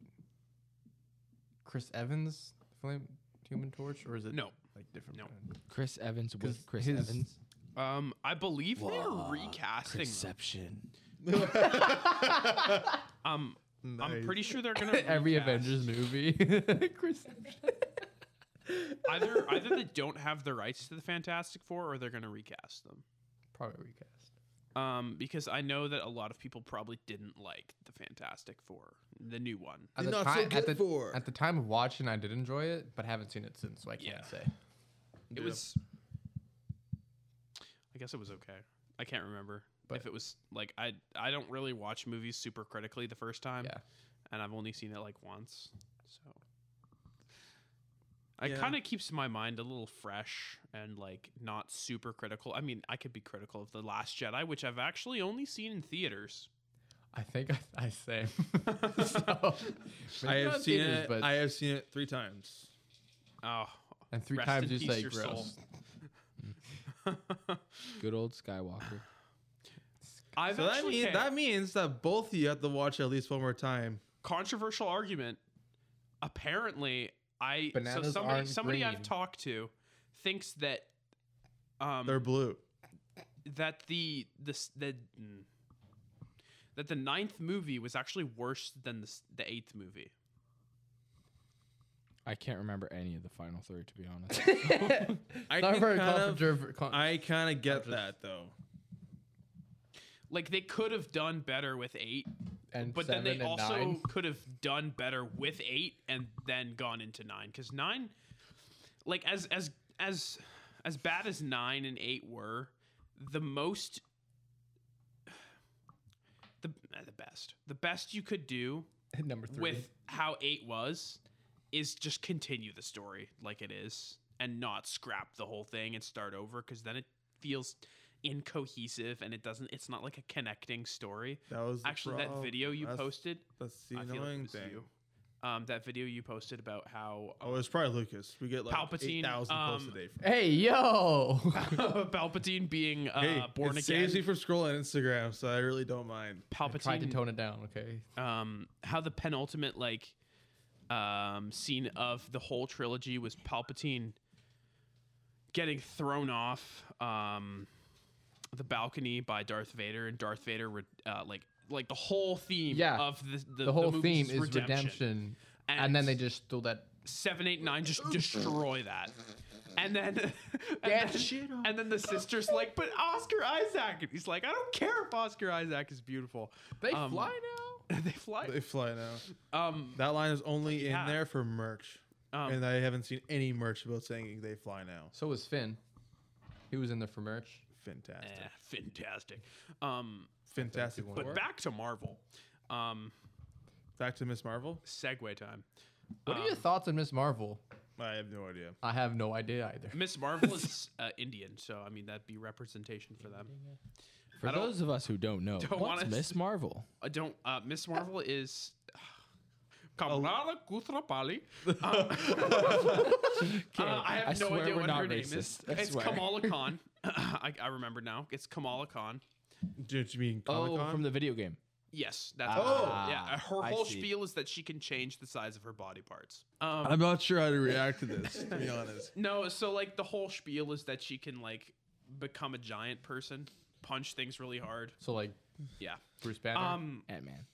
Chris Evans, Flame Human Torch, or is it
No.
like different?
No.
brand?
Chris Evans
'Cause
with Chris
his-
Evans.
Um, I believe
Whoa,
they're recasting. them.
Perception.
Um, I'm
Nice.
pretty sure they're going to
Every Avengers movie, Chris.
either either they don't have the rights to the Fantastic Four or they're going to recast them.
Probably recast.
Um, because I know that a lot of people probably didn't like the Fantastic Four, the new one.
At the,
Not so
ti-
good
at, the,
for.
at the time of watching, I did enjoy it, but haven't seen it since, so I can't
Yeah.
say.
It
Yeah.
was. I guess it was okay. I can't remember
But-
if it was like I I don't really watch movies super critically the first time,
Yeah.
and I've only seen it like once, so it
Yeah.
kind of keeps my mind a little fresh and like not super critical. I mean, I could be critical of the Last Jedi, which I've actually only seen in theaters.
I think I, I say.
I
so, maybe
have
not
seen
theaters,
it. I have seen it three times.
Oh,
and three
rest
times
in
you
peace,
say
your soul.
gross.
Good old Skywalker.
I've
So that
actually
means
okay,
that means that both of you have to watch at least one more time.
controversial argument. Apparently, I so
Bananas
somebody
aren't
somebody I've
green.
talked to thinks that um
They're blue.
that the this the mm, that the ninth movie was actually worse than the, s- the eighth movie.
I can't remember any of the final three to be honest.
I
Not
can
very
kind of-
controver- con-
I kind of get that though.
Like they could have done better with eight,
and
but then
seven
they
and
also
nine.
could have done better with eight and then gone into nine because nine, like as as as as bad as nine and eight were, the most the eh, the best the best you could do
number three.
with how eight was is just continue the story like it is and not scrap the whole thing and start over because then it feels incohesive and it doesn't it's not like a connecting story.
That was the
Actually, that video
problem.
you
That's-
posted,
That's the
I feel like it
annoying
was
thing.
you. Um, that video you posted about how
Oh, it's probably Lucas. We get like
Palpatine,
eight thousand posts a
um,
day. From
Hey, yo.
Palpatine being uh,
hey,
born
it
again.
saves me from scrolling Instagram, so I really don't mind.
Palpatine
Tried to tone it down, okay?
um, how the penultimate like um, scene of the whole trilogy was Palpatine getting thrown off um, the balcony by Darth Vader, and Darth Vader re- uh, like like the whole theme
Yeah.
of the the,
The whole
movies
theme is redemption. And, then they just stole that.
seven eight nine just destroy that. And then, and, then and then the sister's like, but Oscar Isaac. And he's like, I don't care if Oscar Isaac is beautiful.
They
Um,
fly now?
they fly.
They fly now.
Um,
That line is only
Yeah.
in there for merch,
um,
and I haven't seen any merch about saying they fly now.
So was Finn. He was in there for merch.
Fantastic,
eh, fantastic. Um,
fantastic.
Wanna
but
work?
back to Marvel. Um,
Back to Miss Marvel.
segue time.
What are your
Um,
thoughts on Miss Marvel?
I have no idea.
I have no idea either.
Miss Marvel is uh, Indian, so I mean that'd be representation for them.
For
I don't-
those of us who don't know,
don't
what's
wanna-
Miss Marvel?
I don't. Uh, Miss Marvel is. Kamala Kuthrapali. Um, uh, I have
I
no
swear
idea
we're
what
not
her name is.
racist. I
It's
swear.
Kamala Khan. I, I remember now. It's Kamala Khan.
Do you mean Comic
Oh,
Con?
from the video game.
Yes, that's
Ah,
yeah. uh, Her
I
whole
see.
spiel is that she can change the size of her body parts. Um,
I'm not sure how to react to this. To be honest,
No, so like the whole spiel is that she can like become a giant person, punch things really hard.
So like
Yeah.
Bruce Banner,
Um.
Ant Man.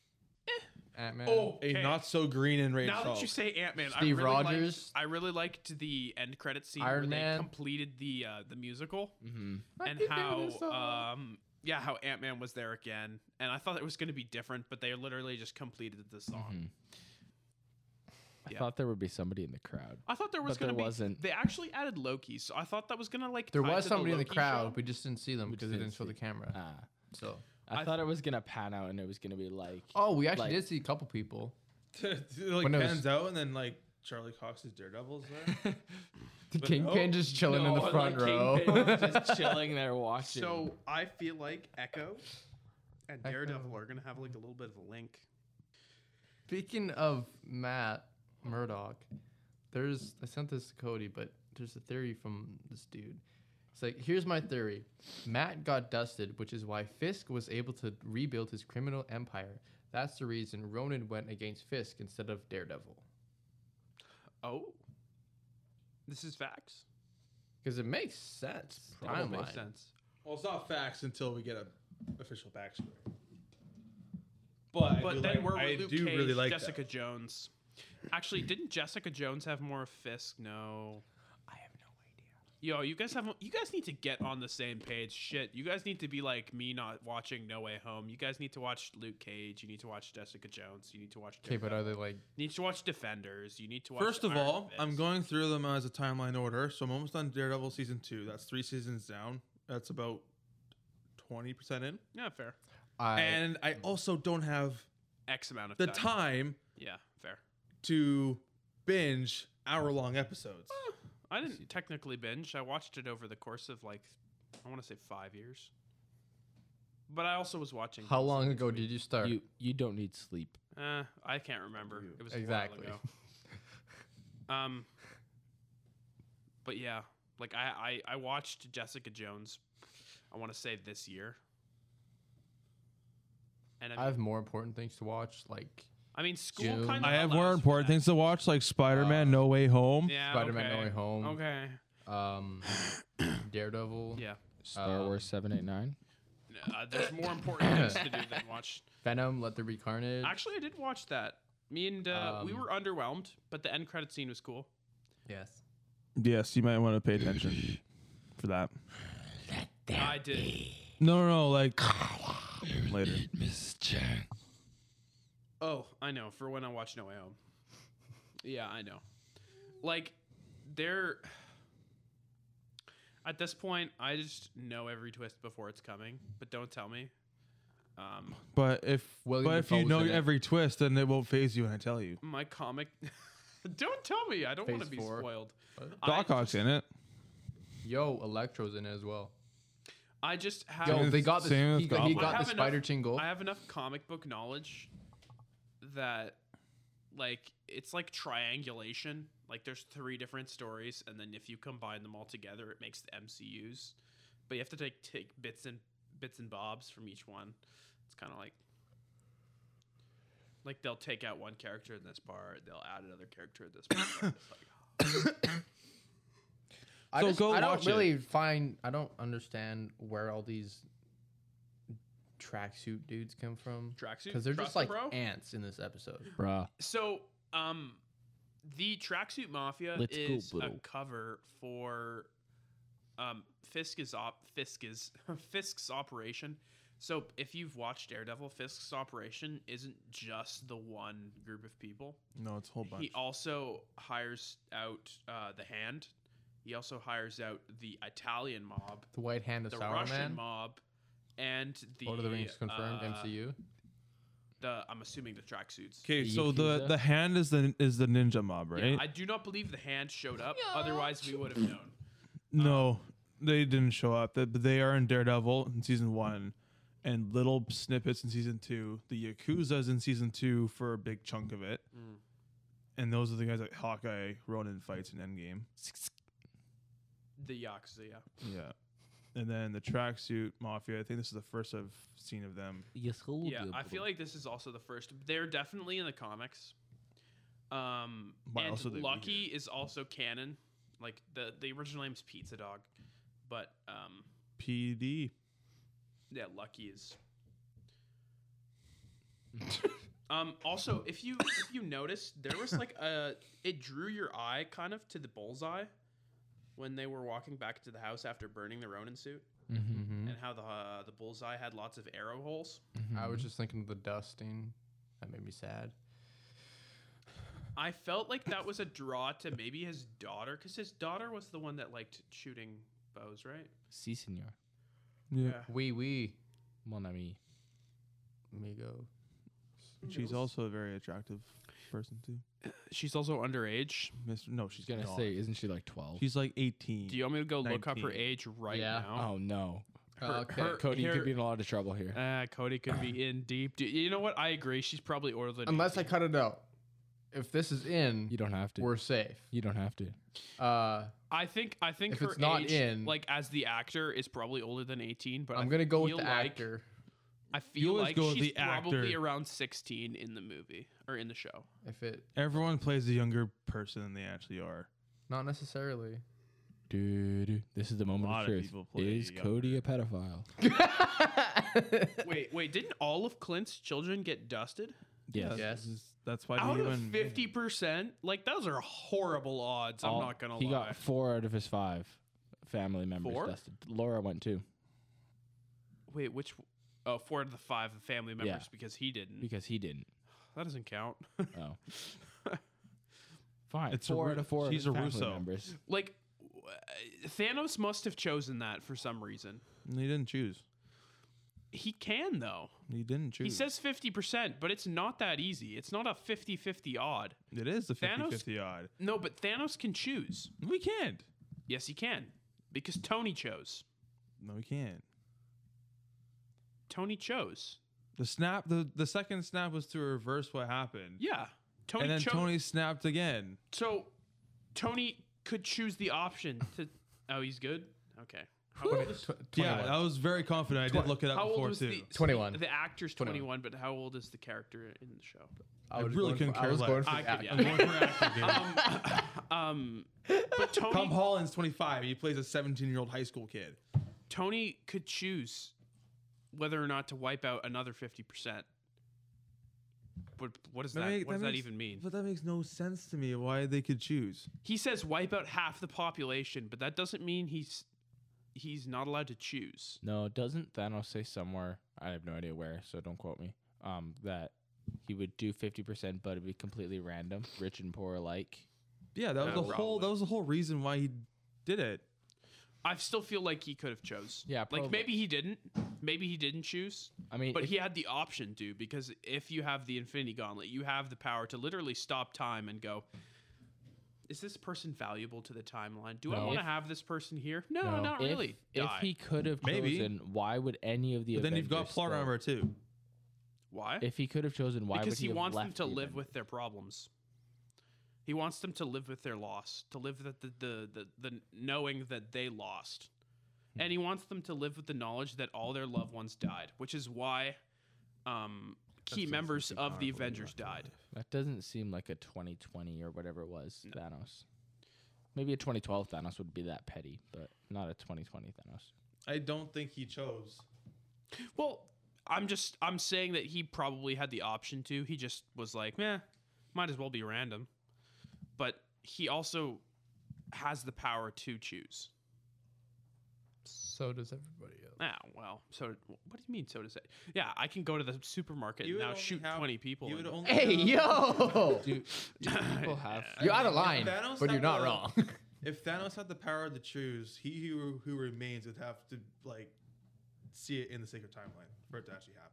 Ant Man.
Oh,
a
okay.
not so green and ray
now that
salt.
you say Ant Man, I
Steve
really liked-
Rogers.
I really liked the end credit scene
Iron
where they
Man.
completed the uh, the musical
Mm-hmm.
and
uh,
how um yeah how Ant Man was there again, and I thought it was going to be different, but they literally just completed the song.
Mm-hmm.
I
Yeah.
Mm-hmm. thought there would be somebody in the crowd.
I thought there was
But there
going to be.
wasn't.
They actually added Loki, so I thought that was going to like.
there
tie
was
to
somebody in the
Loki
crowd.
show.
We just didn't see them because they
didn't
didn't show
see
the camera.
Ah.
so
I,
I
thought it was gonna pan out and it was gonna be like
oh, we actually
Like-
did see a couple people.
like
When it was-
pans out, and then like Charlie Cox's Daredevils there.
The
But no.
Kingpin just chilling in
No,
the front
like
row.
Kingpin just chilling there watching.
So I feel like Echo and
Echo.
Daredevil are gonna have like a little bit of a link.
Speaking of Matt Murdock, there's I sent this to Cody, but there's a theory from this dude. It's like, here's my theory. Matt got dusted, which is why Fisk was able to rebuild his criminal empire. That's the reason Ronan went against Fisk instead of Daredevil.
Oh, this is facts.
Because it makes sense.
That would make
timeline.
sense.
Well, it's not facts until we get a official backstory. But, I do
But then
like-
we're
I
with Luke
do
Cage,
really like that.
Jessica Jones. Actually, didn't Jessica Jones have more Fisk? No.
I have no idea.
Yo, you guys have you guys need to get on the same page. Shit, you guys need to be like me, not watching No Way Home. You guys need to watch Luke Cage. You need to watch Jessica Jones. You need to watch.
Okay, but
Daredevil.
are they like
you need to watch Defenders. You need to watch.
First of
Iron
all, I'm
Fist.
going through them as a timeline order. So I'm almost on Daredevil season two. That's three seasons down. That's about twenty percent in.
Yeah, fair.
I
and I also don't have
X amount of
the
time.
time
Yeah, fair.
to binge hour long episodes.
I didn't technically binge. I watched it over the course of like, I want to say five years. But I also was watching.
how
things
long
each
ago
week.
did you start?
you you don't need sleep.
Uh, I can't remember. It was
exactly.
A while ago. Um. But yeah, like I, I I watched Jessica Jones. I want to say this year. And I
I
mean,
have more important things to watch, like
I mean school
June.
kind of.
I have more important things to watch, like Spider Man:
Uh,
No Way Home.
Yeah.
Spider-Man: No
okay.
Way Home.
Okay.
um, Daredevil,
Yeah.
Star
Um,
Wars seven eight nine.
Uh, there's more important things to do than watch
Venom, Let There Be Carnage.
Actually, I did watch that. Me and uh, we
Um,
were underwhelmed, but the end credit scene was cool.
yes.
Yes, you might want to pay attention for that.
I did.
No, no, no. Like later.
Miss Chang.
Oh, I know. For when I watch No Way Home. Yeah, I know. Like, they're at this point. I just know every twist before it's coming, but don't tell me. Um,
But if
William
but if you
Dafoe's
know
in it.
every twist, then it won't phase you when I tell you.
my comic. don't tell me. I don't want to be
Phase four.
spoiled.
What?
I
Doc
just-
Ock's in it.
Yo, Electro's in it as well.
I just have.
Yo,
Same
they
with-
got this.
same with
He, got- he
Goblin.
I
got
have
the
enough-
spider chingle.
I have enough comic book knowledge that like it's like triangulation. Like there's three different stories, and then if you combine them all together, it makes the MCUs. But you have to take take bits and bits and bobs from each one. It's kind of like like they'll take out one character in this part, they'll add another character in this part. It's like,
I,
So
just,
go watch
I don't
it.
really find. I don't understand where all these tracksuit dudes come from
tracksuit
because they're just
Trust me,
like
bro?
ants in this episode.
Bruh.
So, um, the Tracksuit Mafia
Let's go,
is a
bro.
cover for um Fisk is op Fisk is Fisk's operation. So, if you've watched Daredevil, Fisk's operation isn't just the one group of people.
No, it's a whole bunch.
He also hires out uh, the Hand. He also hires out the Italian mob,
The White Hand of
the
Sauron
Russian
Man.
mob, and the
Lord of the Rings confirmed
uh,
MCU.
The I'm assuming the tracksuits.
Okay,
The
so the
Yakuza?
the hand is the is the ninja mob,
Yeah,
right? Mm.
I uh, do not believe the hand showed up. Otherwise, we would have known.
no, they didn't show up. That but they are in Daredevil in season one, and little snippets in season two. The Yakuza's in season two for a big chunk of it, and those are the guys that Hawkeye Ronin fights in Endgame.
The Yakuza, yeah.
Yeah, and then the tracksuit mafia. I think this is the first I've seen of them.
Yes,
Yeah, I feel like this is also the first. They're definitely in the comics. Um,
Why
and
else would they be
Lucky is also canon. Like the the original name's Pizza Dog, but um,
PD.
yeah, Lucky is. um. Also, if you if you noticed, there was like a it drew your eye kind of to the bullseye when they were walking back to the house after burning the Ronin suit.
Mm-hmm.
and how the uh, the bullseye had lots of arrow holes.
mm-hmm.
I was just thinking of the dusting. That made me sad.
I felt like that was a draw to maybe his daughter, because his daughter was the one that liked shooting bows, right?
Si, senor.
Yeah,
Wee wee,
Mon ami.
amigo.
she's also a very attractive person too.
She's also underage.
Miss, no, she's
She's gonna
not.
say, isn't she like 12?
she's like eighteen.
Do you want me to go look up her
19.
age right
Yeah.
now?
oh no.
okay.
Cody, you
here-
could be in a lot of trouble here.
Uh, Cody could be in deep. Do, you know what? I agree. She's probably older than.
Unless I
18.
cut it out. If this is in,
You don't have to.
we're safe.
you don't have to.
Uh,
I think I think
If
her
it's not
age,
in-
like as the actor, is probably older than eighteen. But I
I'm gonna go with
feel
the
like-
actor.
I
You
feel
always
like
go with
she's
the actor.
probably around sixteen in the movie or in the show.
If it
Everyone plays the younger person than they actually are.
not necessarily.
Dude, this is the moment
lot
of
of
truth.
people play
Is Cody a pedophile?
Wait, wait, didn't all of Clint's children get dusted?
Yes.
Yes.
That's why
Out
you
of
and
fifty percent, like those are horrible odds.
All-
I'm not gonna
He
lie.
got four out of his five family members
Four?
dusted. Laura went too
wait, which? Oh, four out of the five family members because he didn't.
because he didn't.
that doesn't count.
Oh. Fine.
It's a
four
Ru-
out of four. of
she's
his
a
family
Russo.
Members.
like, w- uh, Thanos must have chosen that for some reason.
He didn't choose.
He can though.
He didn't choose.
He says fifty percent, but it's not that easy. It's not a 50-50 odd.
it is the 50
Thanos-
50 odd.
No, but Thanos can choose.
We can't.
Yes, he can because Tony chose.
No, we can't.
Tony chose.
The snap, the, the second snap was to reverse what happened.
Yeah, Tony.
and then
chose.
Tony snapped again.
So Tony could choose the option to. Oh, he's good. Okay. How old is,
Tw-
Yeah, I was very confident. I did
Twen-
look it up
how
before
old is
too.
the
21.
The actor's
21.
21, but how old is the character in the show?
I
was
really
going
couldn't
for-
care
I was
less.
going for
I
the
could,
actor.
I'm going for actor, dude.
Um, but Tony
Tom Holland's 25. He plays a 17 year old high school kid.
Tony could choose whether or not to wipe out another 50. percent What what does that,
make-
what does that
makes-
even mean?
But that makes no sense to me why they could choose.
He says wipe out half the population, but that doesn't mean he's he's not allowed to choose.
No, doesn't Thanos say somewhere? I have no idea where, so don't quote me. Um, that he would do fifty percent, but it'd be completely random, rich and poor alike.
Yeah, that was
Yeah,
the whole
probably.
that was the whole reason why he did it.
I still feel like he could have chose.
Yeah, probably.
like maybe he didn't. Maybe he didn't choose,
I mean,
but
if-
he had the option to because if you have the Infinity Gauntlet, you have the power to literally stop time and go. is this person valuable to the timeline? Do I
No.
want to
If-
have this person here? No,
No.
not
if,
really.
If
Die.
he could have
Maybe.
chosen, why would any of the
But then you've got
Avengers
plot
still-
armor too.
Why?
If he could have chosen, why
because
would he,
he,
have
wants them
left
to
the
live
Avengers?
with their problems. He wants them to live with their loss, to live with the the the, the knowing that they lost,
Hmm.
and he wants them to live with the knowledge that all their loved ones died, which is why um, key
That's
members of
obviously
the
powerful, you
Avengers
have to
died.
That doesn't seem like a 2020 or whatever it was Thanos. Maybe a 2012 Thanos would be that petty, but not a 2020 Thanos.
I don't think he chose.
Well, I'm just I'm saying that he probably had the option to. He just was like, meh, might as well be random. But he also has the power to choose.
So does everybody else.
Ah, well. So what do you mean? So does that? Yeah, I can go to the supermarket
You
and
would
now
only
shoot
have-
twenty people.
You would
and-
only
Hey,
have-
yo!
Do, do people have?
You're out of line,
Thanos
but
had
you're not
the-
wrong.
If Thanos had the power to choose, he who, who remains would have to like see it in the sacred timeline for it to actually happen.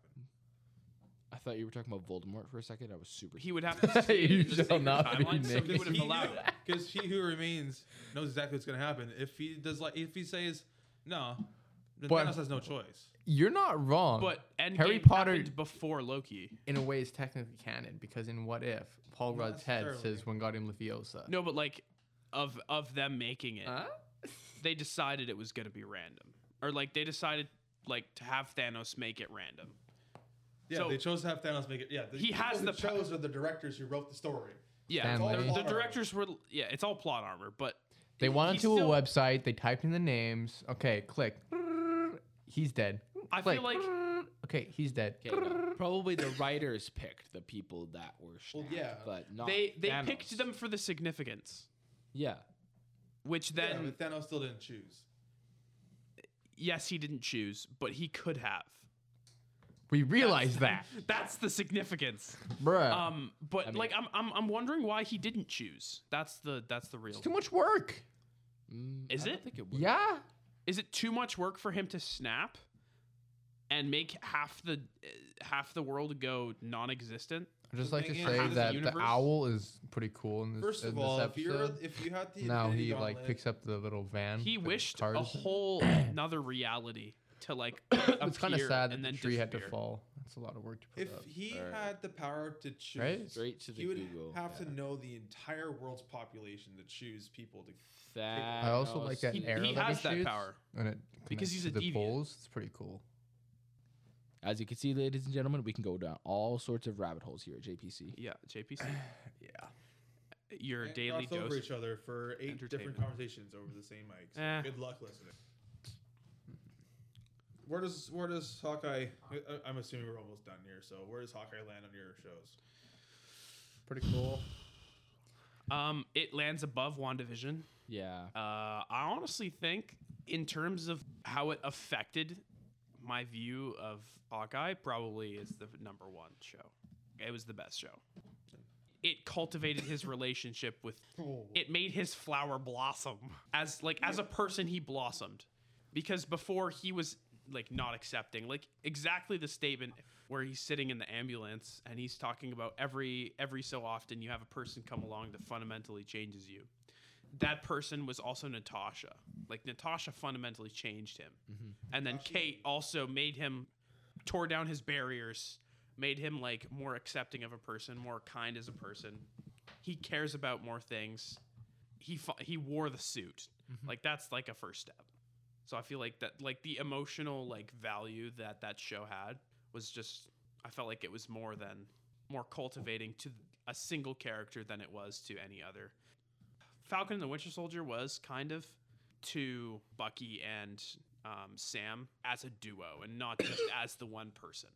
I thought you were talking about Voldemort for a second. I was super.
he would have to see
You
it in the
shall
sacred
not be
timeline, so they
named.
would have allowed it.
Because he who remains knows exactly what's gonna happen. If he does like if he says no, then
But-
Thanos has no choice.
You're not wrong.
But Endgame
Harry Potter-
happened before Loki.
in a way, is technically canon because in What If, Paul
Not
Rudd's head
necessarily.
says "Wingardium Leviosa."
No, but like, of of them making it,
Huh?
they decided it was going to be random, or like they decided like to have Thanos make it random.
Yeah,
So-
they chose to have Thanos make it. Yeah, the
He
people
has
who
the po-
chose are the directors who wrote the story.
Yeah,
Family.
the-
Plot
the
armor.
directors were yeah, it's all plot armor, but
They uh, went
he's
onto
still-
a website. They typed in the names. Okay, click. He's dead.
I
Click.
feel like
Okay, he's dead.
Okay, no. Probably the writers picked the people that were snapped,
yeah.
but not
they they
Thanos.
picked them for the significance,
Yeah,
which
Yeah,
then
but Thanos still didn't choose.
yes, he didn't choose, but he could have.
We realize that,
That's the significance.
bruh.
Um, but
mean-
like I'm, I'm I'm wondering why he didn't choose. That's the that's the real.
it's too much work.
Mm,
Is
I don't
it?
think it would.
Yeah.
Is it too much work for him to snap and make half the uh, half the world go non-existent?
I'd just like to
thing is,
say
half the
that the,
universe-
owl is pretty cool in this,
First
in
of
this
all, if
episode.
you're if you had the
now
Infinity
he like
Gauntlet-
picks up the little van.
He
with
wished
cars
a
in it.
whole another reality to like
It's kind of
appear
sad that
and
the
then
tree had to
disappear.
fall. That's a lot of work to put
If
up.
he
Alright.
had the power to choose,
Right?
Straight to the
he would
Google,
have
yeah.
to know the entire world's population to choose people to.
Thanos.
I also like that
He,
arrow
he
that
has that
shoots.
power.
And it
Because
connects
he's
to
a
the
deviant.
bulls. It's pretty cool.
As you can see, ladies and gentlemen, we can go down all sorts of rabbit holes here at JPC.
Yeah, JPC.
Yeah.
Your
And
daily
cross over
dose.
each other for eight different
entertainment.
conversations over the same mic. So
Eh.
Good luck listening. Where does where does Hawkeye? I- I'm assuming we're almost done here. So where does Hawkeye land on your shows?
Pretty cool.
Um, it lands above Wandavision.
Yeah.
Uh, I honestly think, in terms of how it affected my view of Hawkeye, probably is the number one show. It was the best show. It cultivated his relationship with. It made his flower blossom as like as a person. He blossomed because before he was like not accepting like exactly the statement where he's sitting in the ambulance and he's talking about every every so often you have a person come along that fundamentally changes you that person was also Natasha. Like Natasha fundamentally changed him. And then Kate also made him tore down his barriers, made him like more accepting of a person, more kind as a person. He cares about more things. He fu- he wore the suit. Like that's like a first step. So I feel like that like the emotional like value that that show had was just I felt like it was more than more cultivating to a single character than it was to any other. Falcon and the Winter Soldier was kind of to Bucky and um, Sam as a duo and not just as the one person.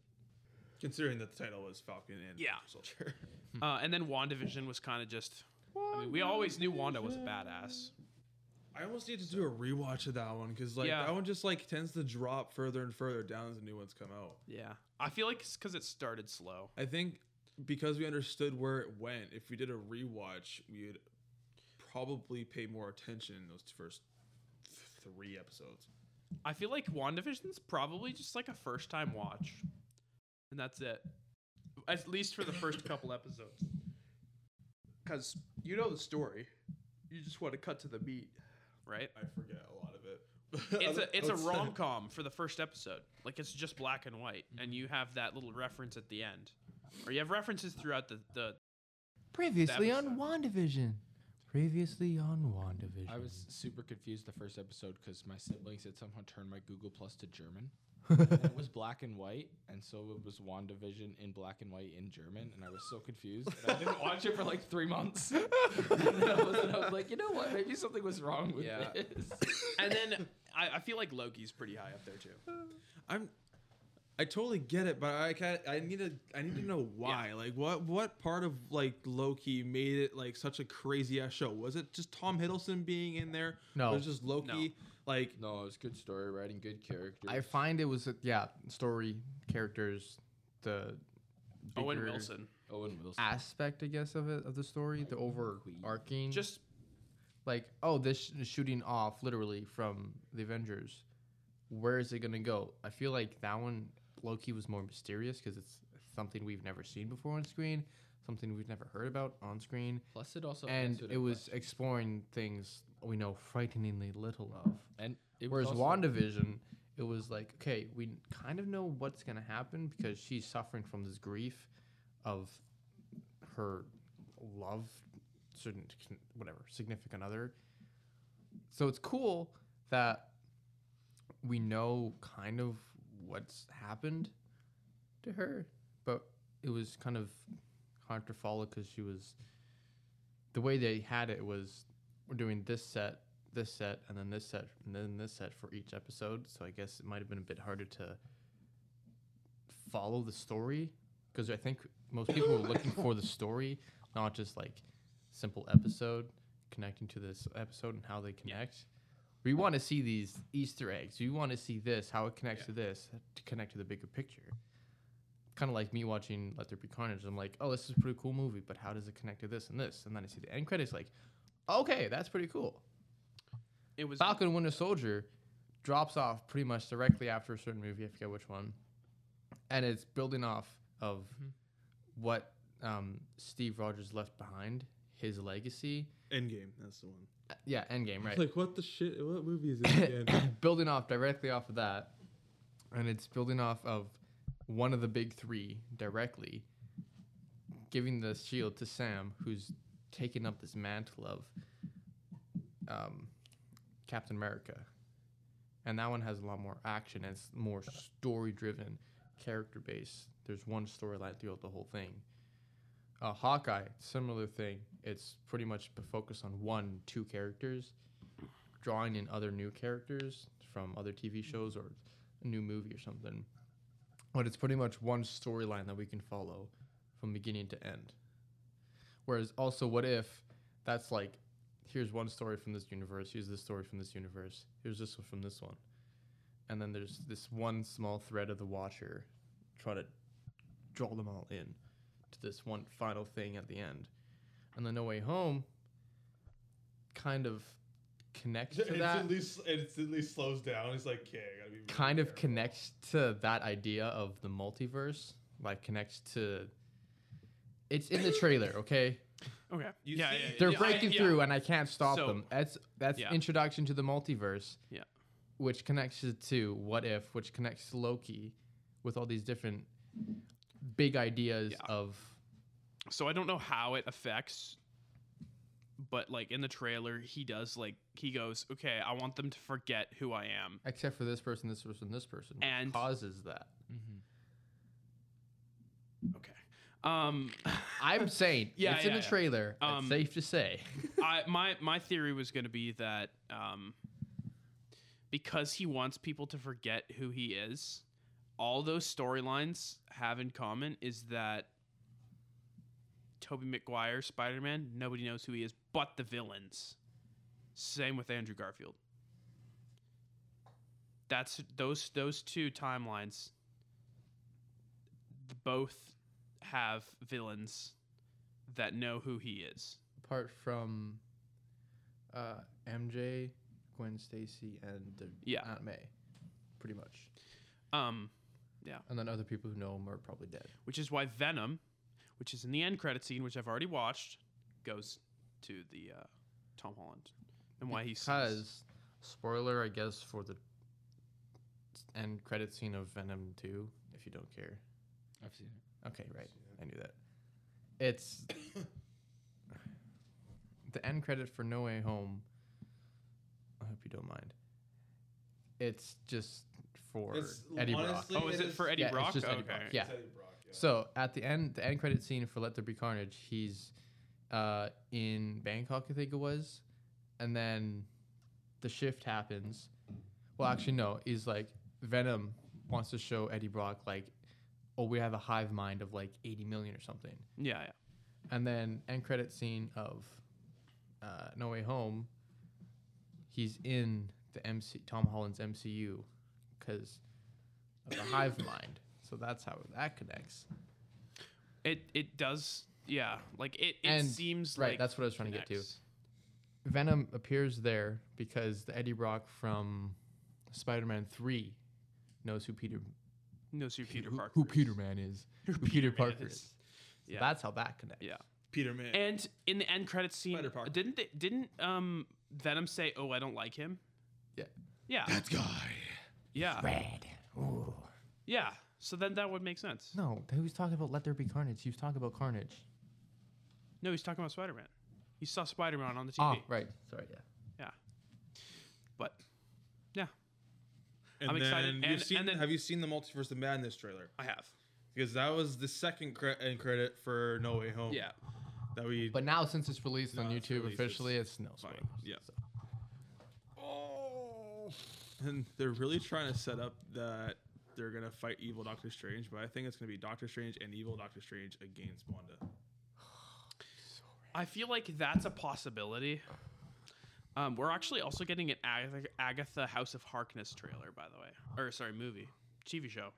Considering that the title was Falcon and
Yeah.
Winter Soldier.
Uh, and then WandaVision was kind of just. I mean, we always knew Wanda was a badass.
I almost need to do a rewatch of that one because like
Yeah.
that one just like tends to drop further and further down as the new ones come out.
Yeah. I feel like it's because it started slow.
I think because we understood where it went, if we did a rewatch, we would probably pay more attention in those first th- three episodes.
I feel like WandaVision's probably just like a first time watch. And that's it. At least for the first couple episodes. Because you know the story. you just want to cut to the beat, right?
I forget a lot of it.
It's a it's a
Outside-
rom com for the first episode. Like it's just black and white, and you have that little reference at the end, or you have references throughout the the.
Previously
That was
on WandaVision. Previously on WandaVision.
I was super confused the first episode because my siblings had somehow turned my Google Plus to German. and it was black and white, and so it was WandaVision in black and white in German, and I was so confused. And I didn't watch it for like three months. and then I, was, I was like, you know what? Maybe something was wrong with
Yeah.
this.
And then I, I feel like Loki's pretty high up there too.
I'm I totally get it, but I can I need to I need to know why. Like what what part of like Loki made it like such a crazy ass show? Was it just Tom Hiddleston being in there?
No.
Was it just Loki? Like
No, it was good story writing, good character.
I find it was uh, yeah story characters the
Owen
bigger
Wilson,
Owen Wilson.
aspect I guess of it of the story the overarching
just
like oh this sh- is shooting off literally from the Avengers where is it gonna go I feel like that one Loki was more mysterious because it's something we've never seen before on screen something we've never heard about on screen
Plus, it also
and
answered a
it was
question.
exploring things we know frighteningly little of
and it was
Whereas
also-
WandaVision, it was like, okay, we kind of know what's going to happen because she's suffering from this grief of her love, certain, whatever, significant other. So it's cool that we know kind of what's happened to her, but it was kind of hard to follow because she was. The way they had it was we're doing this set, this set, and then this set, and then this set for each episode. So I guess it might have been a bit harder to follow the story because I think most people were looking for the story, not just like simple episode connecting to this episode and how they connect. We want to see these Easter eggs. We want to see this, how it connects to this, to connect to the bigger picture. Kind of like me watching Let There Be Carnage. I'm like, oh, this is a pretty cool movie, but how does it connect to this and this? And then I see the end credits, like, okay, that's pretty cool.
it was
Falcon and Winter Soldier drops off pretty much directly after a certain movie. I forget which one, and it's building off of what um, Steve Rogers left behind, his legacy.
Endgame, that's the one.
Uh, yeah, Endgame, right?
Like what the shit? What movie is this again?
building off directly off of that, and it's building off of one of the big three directly, giving the shield to Sam, who's taken up this mantle of um, Captain America, and that one has a lot more action. And it's more story driven, character based. There's one storyline throughout the whole thing. Uh, Hawkeye, similar thing. It's pretty much focused on one, two characters drawing in other new characters from other TV shows or a new movie or something. But it's pretty much one storyline that we can follow from beginning to end. Whereas also what if that's like here's one story from this universe, here's this story from this universe, here's this one from this one. And then there's this one small thread of the watcher try to draw them all in to this one final thing at the end. And then No Way Home kind of connects to that
instantly slows down. He's like, okay, I gotta be
kind of connects to that idea of the multiverse. Like connects to. It's in the trailer, okay?
okay.
You
yeah,
see-
yeah, yeah,
They're
yeah, I-
breaking
yeah.
through, and I can't stop
So-
them. That's that's
Yeah.
introduction to the multiverse.
Yeah.
Which connects it to what if, which connects to Loki, with all these different big ideas
Yeah.
of
so I don't know how it affects, but like in the trailer, he does like he goes, okay, I want them to forget who I am.
except for this person, this person, this person which
And-
causes that.
Mm-hmm.
Okay. Um,
I'm saying
Yeah,
it's in
yeah,
the
yeah.
trailer.
Um,
it's safe to say.
I my my theory was going to be that um, because he wants people to forget who he is, all those storylines have in common is that Toby Maguire, Spider Man, nobody knows who he is but the villains. Same with Andrew Garfield. That's those those two timelines. Both have villains that know who he is.
apart from uh, MJ, Gwen Stacy, and the
Yeah.
Aunt May, pretty much.
Um,
And then other people who know him are probably dead.
which is why Venom, which is in the end credit scene, which I've already watched, goes to the uh, Tom Holland and why he says
because spoiler, I guess, for the end credit scene of Venom Two. If you don't care,
I've seen it.
okay, right, I knew that. It's the end credit for No Way Home. I hope you don't mind. It's just for
It's
Eddie Brock.
honestly-
Oh, is it for Eddie
Yeah, it's
Brock?
just Eddie
okay.
Brock, yeah. So at the end, the end credit scene for Let There Be Carnage, he's uh, in Bangkok, I think it was, and then the shift happens. Well, actually, no. He's like Venom wants to show Eddie Brock like, oh, we have a hive mind of like 80 million or something.
Yeah, yeah.
And then end credit scene of uh, No Way Home. He's in the MC Tom Holland's MCU because of the hive mind. So that's how that connects.
It it does. Yeah, like it. It
And-
seems
right,
Like
that's what I was trying to get to.
connects.
Venom appears there because the Eddie Brock from Spider-Man Three knows who Peter
No, Sir Peter
who,
Parker.
who
is.
Peter Man is, who Peter,
Man
Parker
is.
is. So
Yeah.
that's how that connects.
Yeah.
Peterman.
And in the end credits scene,
Spider Park.
didn't they, didn't um Venom say, "Oh, I don't like him"?
Yeah.
Yeah.
that guy.
Yeah.
Red. Ooh.
Yeah. So then that would make sense. No,
No, he was talking about Let There Be Carnage. He was talking about Carnage.
he's talking about Spider Man. He saw Spider Man on the TV.
Ah, right. Sorry. Yeah.
But yeah,
And
I'm
then
excited.
You've
And-
seen,
and then-
have you seen the Multiverse of Madness trailer?
I have.
Because that was the second cre- end credit for No Way Home.
Yeah.
That we.
But now since it's released on
No, it's
YouTube
released,
officially, it's, no
fine,
spoilers.
yeah.
So.
Oh. and they're really trying to set up that they're gonna fight evil Doctor Strange, but I think it's gonna be Doctor Strange and evil Doctor Strange against Wanda.
I feel like that's a possibility. Um, we're actually also getting an Agatha, Agatha House of Harkness trailer, by the way, or sorry, movie, TV show.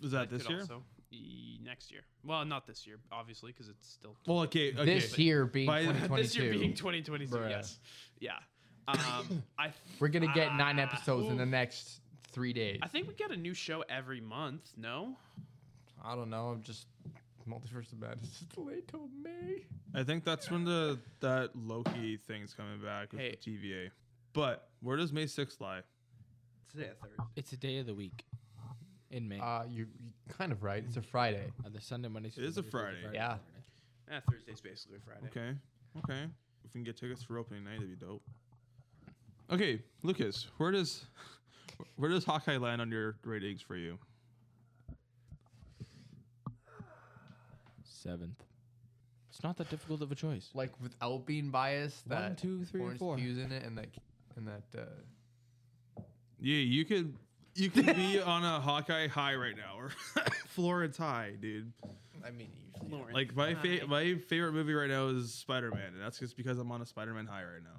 Is that
could Also, e- next year. Well, not this year, obviously, because it's still
Well, okay, okay.
This
but-
year being
by-
2022,
this year being 2022.
Bruh.
Yes. Yeah. Um, I th-
we're gonna get nine
Ah,
episodes in the
oof.
next three days.
I think we get a new show every month. No.
I don't know. I'm just multiverse of madness is delayed till May.
I think that's when the that Loki thing's coming back with
Hey.
the TVA. But where does May 6th lie?
Today a third.
It's a day of the week in May.
Uh, you you're kind of right. It's a Friday.
Either Sunday, Monday.
is a
Tuesday, Thursday,
Friday.
Yeah.
Saturday.
Eh, Thursday's basically Friday.
Okay, okay. If we can get tickets for opening night, that'd be dope. Okay, Lucas, where does where does Hawkeye land on your ratings for you?
Seventh. It's not that difficult of a choice.
Like without being biased, that
One, two, three, and
Florence
four.
Pugh's in it, and that and that. Uh,
Yeah, you could you could be on a Hawkeye high right now or Florence high, dude.
I mean, it usually.
Lauren.
Like my
Hi.
fa- my favorite movie right now is Spider Man, and that's just because I'm on a Spider Man high right now.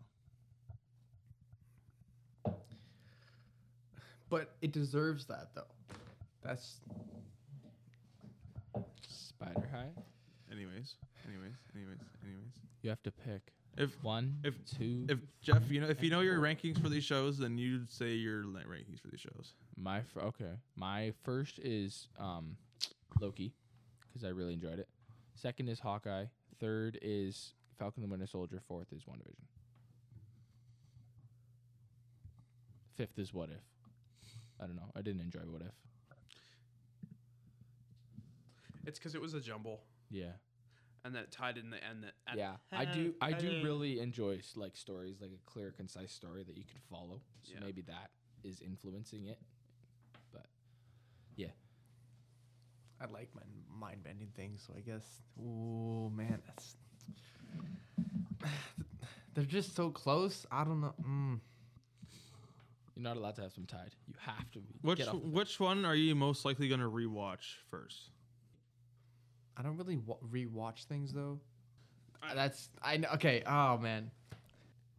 But it deserves that though. That's
Spider High.
Anyways, anyways, anyways, anyways.
You have to pick
If
one,
if
two.
if Jeff, you know, if you know your rankings for these shows, then you say your la- rankings for these shows.
my fir- okay. My first is um, Loki, because I really enjoyed it. Second is Hawkeye. Third is Falcon the Winter Soldier. Fourth is WandaVision. Fifth is What If. I don't know. I didn't enjoy What If.
It's because it was a jumble,
Yeah.
and then it tied in the end. That at-
Yeah, I do. I do really enjoy s- like stories, like a clear, concise story that you can follow. So
Yeah.
maybe that is influencing it.
I like my mind bending things, so I guess. Oh man, that's. They're just so close. I don't know. Mm.
You're not allowed to have some tied. You have to.
Which
get off the-
which one are you most likely going to rewatch first?
I don't really wa- rewatch things though. Uh, That's I know. Okay. Oh man.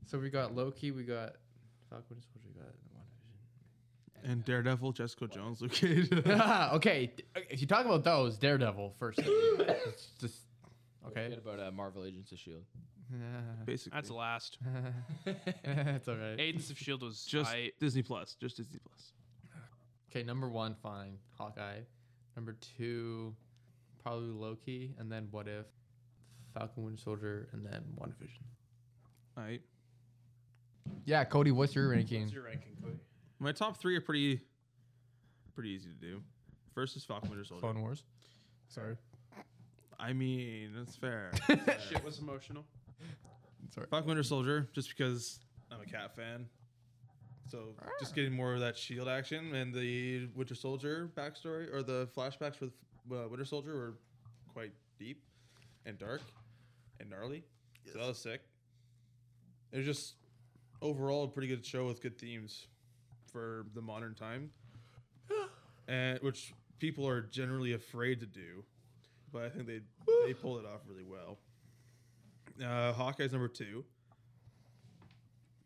So we got Loki. We got Falcon. Winter Soldier, We got
And Daredevil, Jessica Jones, Lucas.
WandaVision. okay. d- If you talk about those, Daredevil first. it's just
Forget
okay.
about uh, Marvel Agents of Shield.
Basically,
That's last.
it's all right.
Agents of Shield was
just
I,
Disney Plus, just Disney Plus.
Okay, number one, fine, Hawkeye. Number two, probably Loki, and then what if Falcon Winter Soldier, and then WandaVision.
All right.
Yeah, Cody, what's your ranking?
What's your ranking, Cody?
My top three are pretty, pretty easy to do. First is Falcon Winter Soldier.
Clone Wars.
Sorry.
I mean, that's fair.
Shit was emotional.
Sorry.
Falcon Winter Soldier, just because I'm a cat fan. So just getting more of that shield action and the Winter Soldier backstory or the flashbacks with uh, Winter Soldier were quite deep and dark and gnarly. So that was sick. It was just overall a pretty good show with good themes for the modern time, and which people are generally afraid to do, but I think they they pulled it off really well. Uh, Hawkeye's number two.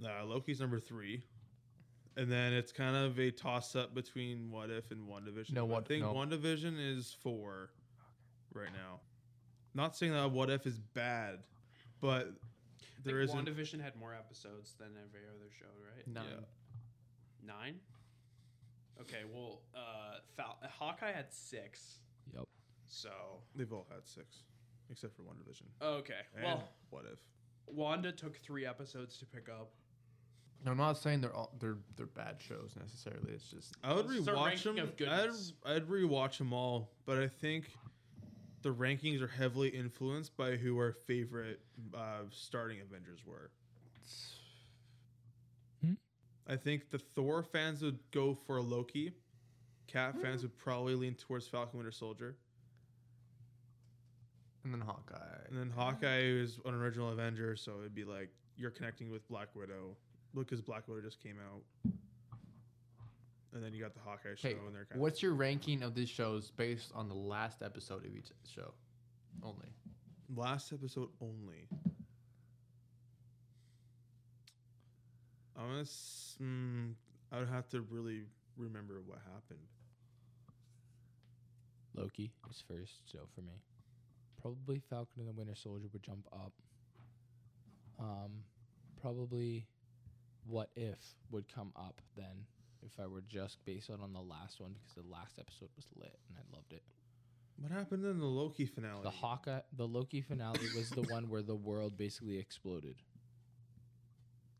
Uh, Loki's number three. And then it's kind of a toss up between What If and WandaVision.
No,
But
What-
I think
no.
WandaVision is four right now. Not saying that What If is bad, but there
I think
isn't.
WandaVision had more episodes than every other show, right?
Nine.
Yeah.
Nine. Okay, well, uh, Fal- Hawkeye had six.
Yep.
So
They've all had six, except for WandaVision.
okay,
And
well,
What If?
Wanda took three episodes to pick up.
No, I'm not saying they're all they're they're bad shows necessarily. It's just
I would
This is our
rewatch
ranking
them.
of
I'd,
goodness.
I'd rewatch them all, but I think the rankings are heavily influenced by who our favorite uh, starting Avengers were.
Hmm?
I think the Thor fans would go for Loki. Cat fans
Hmm.
would probably lean towards Falcon Winter Soldier.
and then Hawkeye.
And then Hawkeye is an original Avenger, so it'd be like you're connecting with Black Widow. Look, because Black Widow just came out. And then you got the Hawkeye show,
Okay,
and they're kind
what's your ranking of these shows based on the last episode of each show? Only.
of last episode only. I'm gonna. s- Mm, I would have to really remember what happened.
Loki is first, so for me, probably Falcon and the Winter Soldier would jump up. Um, probably What If would come up then if I were just based on, on the last one because the last episode was lit and I loved it.
What happened in the Loki finale?
The Hawkeye, the Loki finale was the one where the world basically exploded.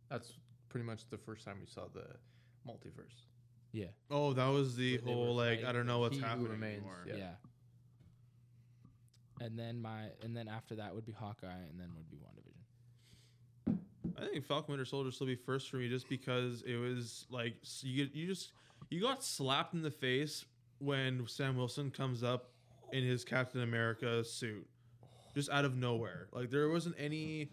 That's pretty much the first time we saw the multiverse.
Yeah,
oh, that was the
Where they were
whole like I
fighting
don't know
the
what's
He Who
happening
Remains,
anymore.
yeah.
yeah. And then my, and then after that would be Hawkeye, and then would be WandaVision.
I think Falcon Winter Soldier still be first for me just because it was like s- you you just you got slapped in the face when Sam Wilson comes up in his Captain America suit, just out of nowhere. Like there wasn't any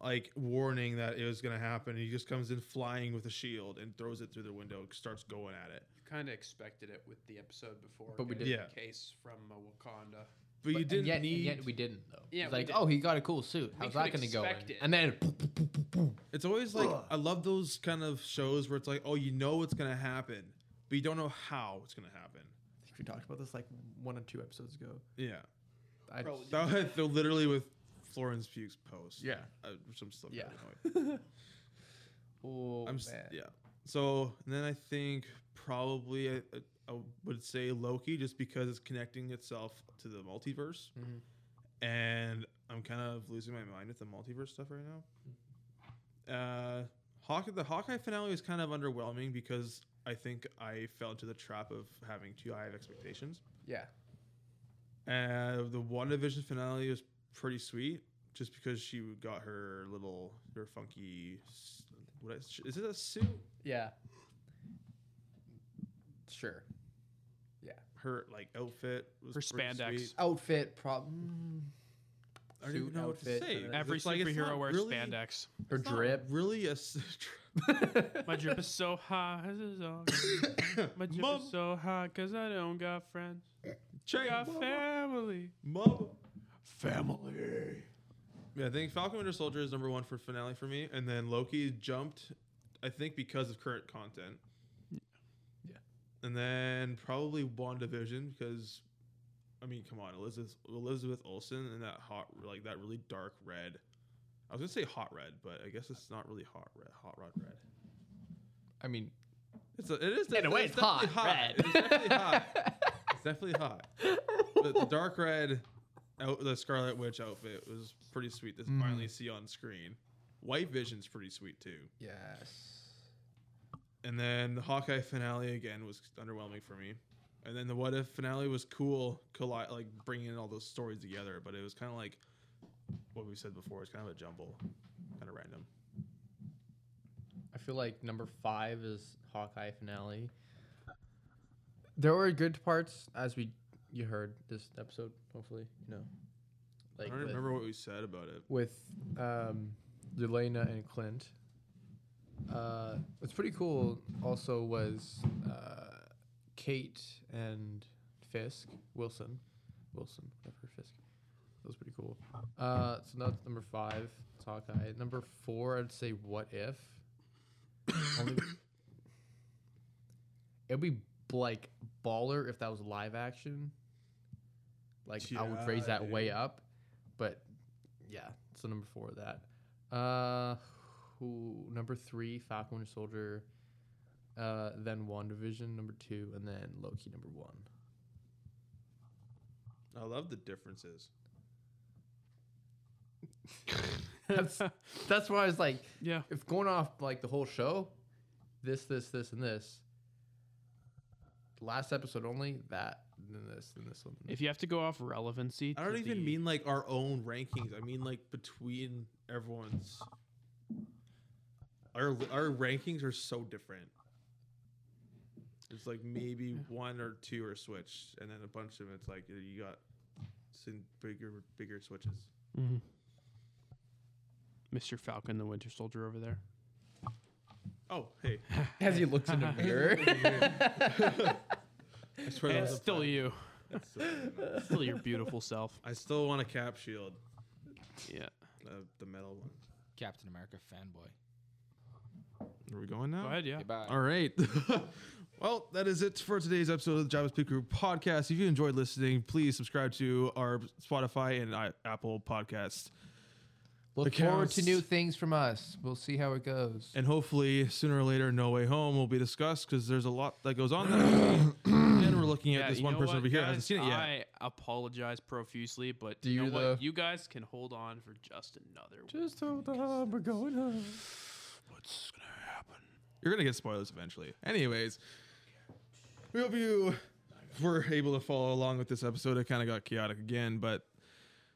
like warning that it was gonna happen. He just comes in flying with a shield and throws it through the window, starts going at it.
You kind of expected it with the episode before.
But we
getting
didn't.
the Case from uh, Wakanda.
But, you
and
didn't
yet, and
need.
yet we didn't though.
Yeah,
It's
we
like
didn't.
oh he got a cool suit. How's
could
that going to go? in?
expect it.
And then boom, boom, boom, boom, boom.
It's always like
Ugh.
I love those kind of shows where it's like, oh, you know what's gonna happen, but you don't know how it's gonna happen.
I think we talked about this like one or two episodes ago.
Yeah.
I
Probably.
That was the- literally with Florence Pugh's post.
yeah.
Uh, which I'm still
Yeah.
kinda annoyed.
Oh
I'm s- yeah. So and then I think probably I, I would say Loki just because it's connecting itself to the multiverse,
Mhm.
and I'm kind of losing my mind with the multiverse stuff right now. Uh, Hawk the Hawkeye finale was kind of underwhelming because I think I fell into the trap of having too high of expectations.
Yeah.
Uh, the WandaVision finale was pretty sweet, just because she got her little her funky. s- What is, is it a suit?
Yeah. Sure.
Her like outfit was
Her
pretty
spandex.
sweet.
Outfit mm, problem.
I don't even
Suit,
know what to
outfit,
say.
and then-
'cause
Every
it's like, it's
superhero
not
wears
really-
spandex.
Her
it's not
drip.
Really a s-
My drip is so high. This is all good. My drip
Mom.
is so high because I don't got friends. I
check
got
mama,
family.
mama.
Family.
Yeah, I think Falcon Winter Soldier is number one for finale for me, and then Loki jumped, I think because of current content.
Yeah.
And then probably WandaVision because, I mean, come on, Elizabeth Elizabeth Olsen and that hot like that really dark red. I was gonna say hot red, but I guess it's not really hot red. Hot rod red.
I mean,
It's a, it is
In a way, it's hot
definitely
red.
It's definitely hot. it's definitely hot. But the dark red out, the Scarlet Witch outfit was pretty sweet to
Mhm.
finally see on screen. White Vision's pretty sweet too.
Yes.
And then the Hawkeye finale again was underwhelming for me. And then the What If finale was cool, colli- like bringing all those stories together. But it was kind of like what we said before. It's kind of a jumble, kind of random.
I feel like number five is Hawkeye finale. There were good parts as we you heard this episode, hopefully. You know. Like
I don't
with,
remember what we said about it.
with um Yelena and Clint. Uh what's pretty cool also was uh Kate and Fisk, Wilson. Wilson, whatever Fisk. That was pretty cool. Uh so that's number five, it's Hawkeye. Number four, I'd say what if? Only- It'd be like baller if that was live action. Like I would raise
Yeah,
that way
dude.
up, but yeah, so number four of that. Uh, who number three? Falcon Winter Soldier. Uh, then WandaVision number two, and then Loki number one.
I love the differences.
That's that's why I was like,
yeah.
if going off like the whole show, this, this, this, and this. Last episode only that, then this, then this one. then
If you have to go off relevancy,
I don't
to
even
the-
mean like our own rankings. I mean like between everyone's. Our our rankings are so different. It's like maybe one or two are switched, and then a bunch of them. It's like you got some bigger bigger switches.
Mhm. Mr. Falcon, the Winter Soldier over there.
Oh hey,
As he looks in the mirror.
I swear that was a
It's still
pun.
you.
That's so bad.
Still your beautiful self.
I still want a cap shield,
Yeah.
uh, the metal one.
Captain America fanboy.
Are we going now?
Go ahead. Yeah.
Goodbye.
All right. well, that is it for today's episode of the Java Speak Group podcast. If you enjoyed listening, please subscribe to our Spotify and I- Apple podcast.
Look forward to
Accounts.
new things from us. We'll see how it goes.
And hopefully, sooner or later, No Way Home will be discussed because there's a lot that goes on. There. and we're looking at
Yeah,
this
you
one
know
person
what,
over here that
guys?
hasn't seen it yet.
I apologize profusely, but
Do
you know
you
what?
though?
You guys can hold on for just another week.
Just hold on, we're going home.
What's gonna happen?
You're gonna get spoilers eventually. Anyways, we hope you were able to follow along with this episode. It kind of got chaotic again, but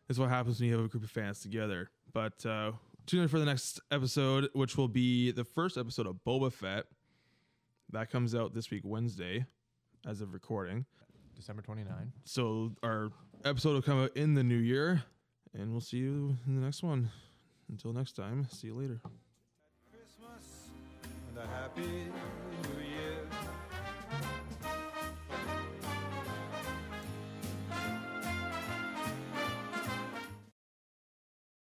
it's what happens when you have a group of fans together. But uh, tune in for the next episode, which will be the first episode of Boba Fett. That comes out this week Wednesday, as of recording.
December 29.
So our episode will come out in the new year, and we'll see you in the next one. Until next time, see you later.
Christmas and a happy new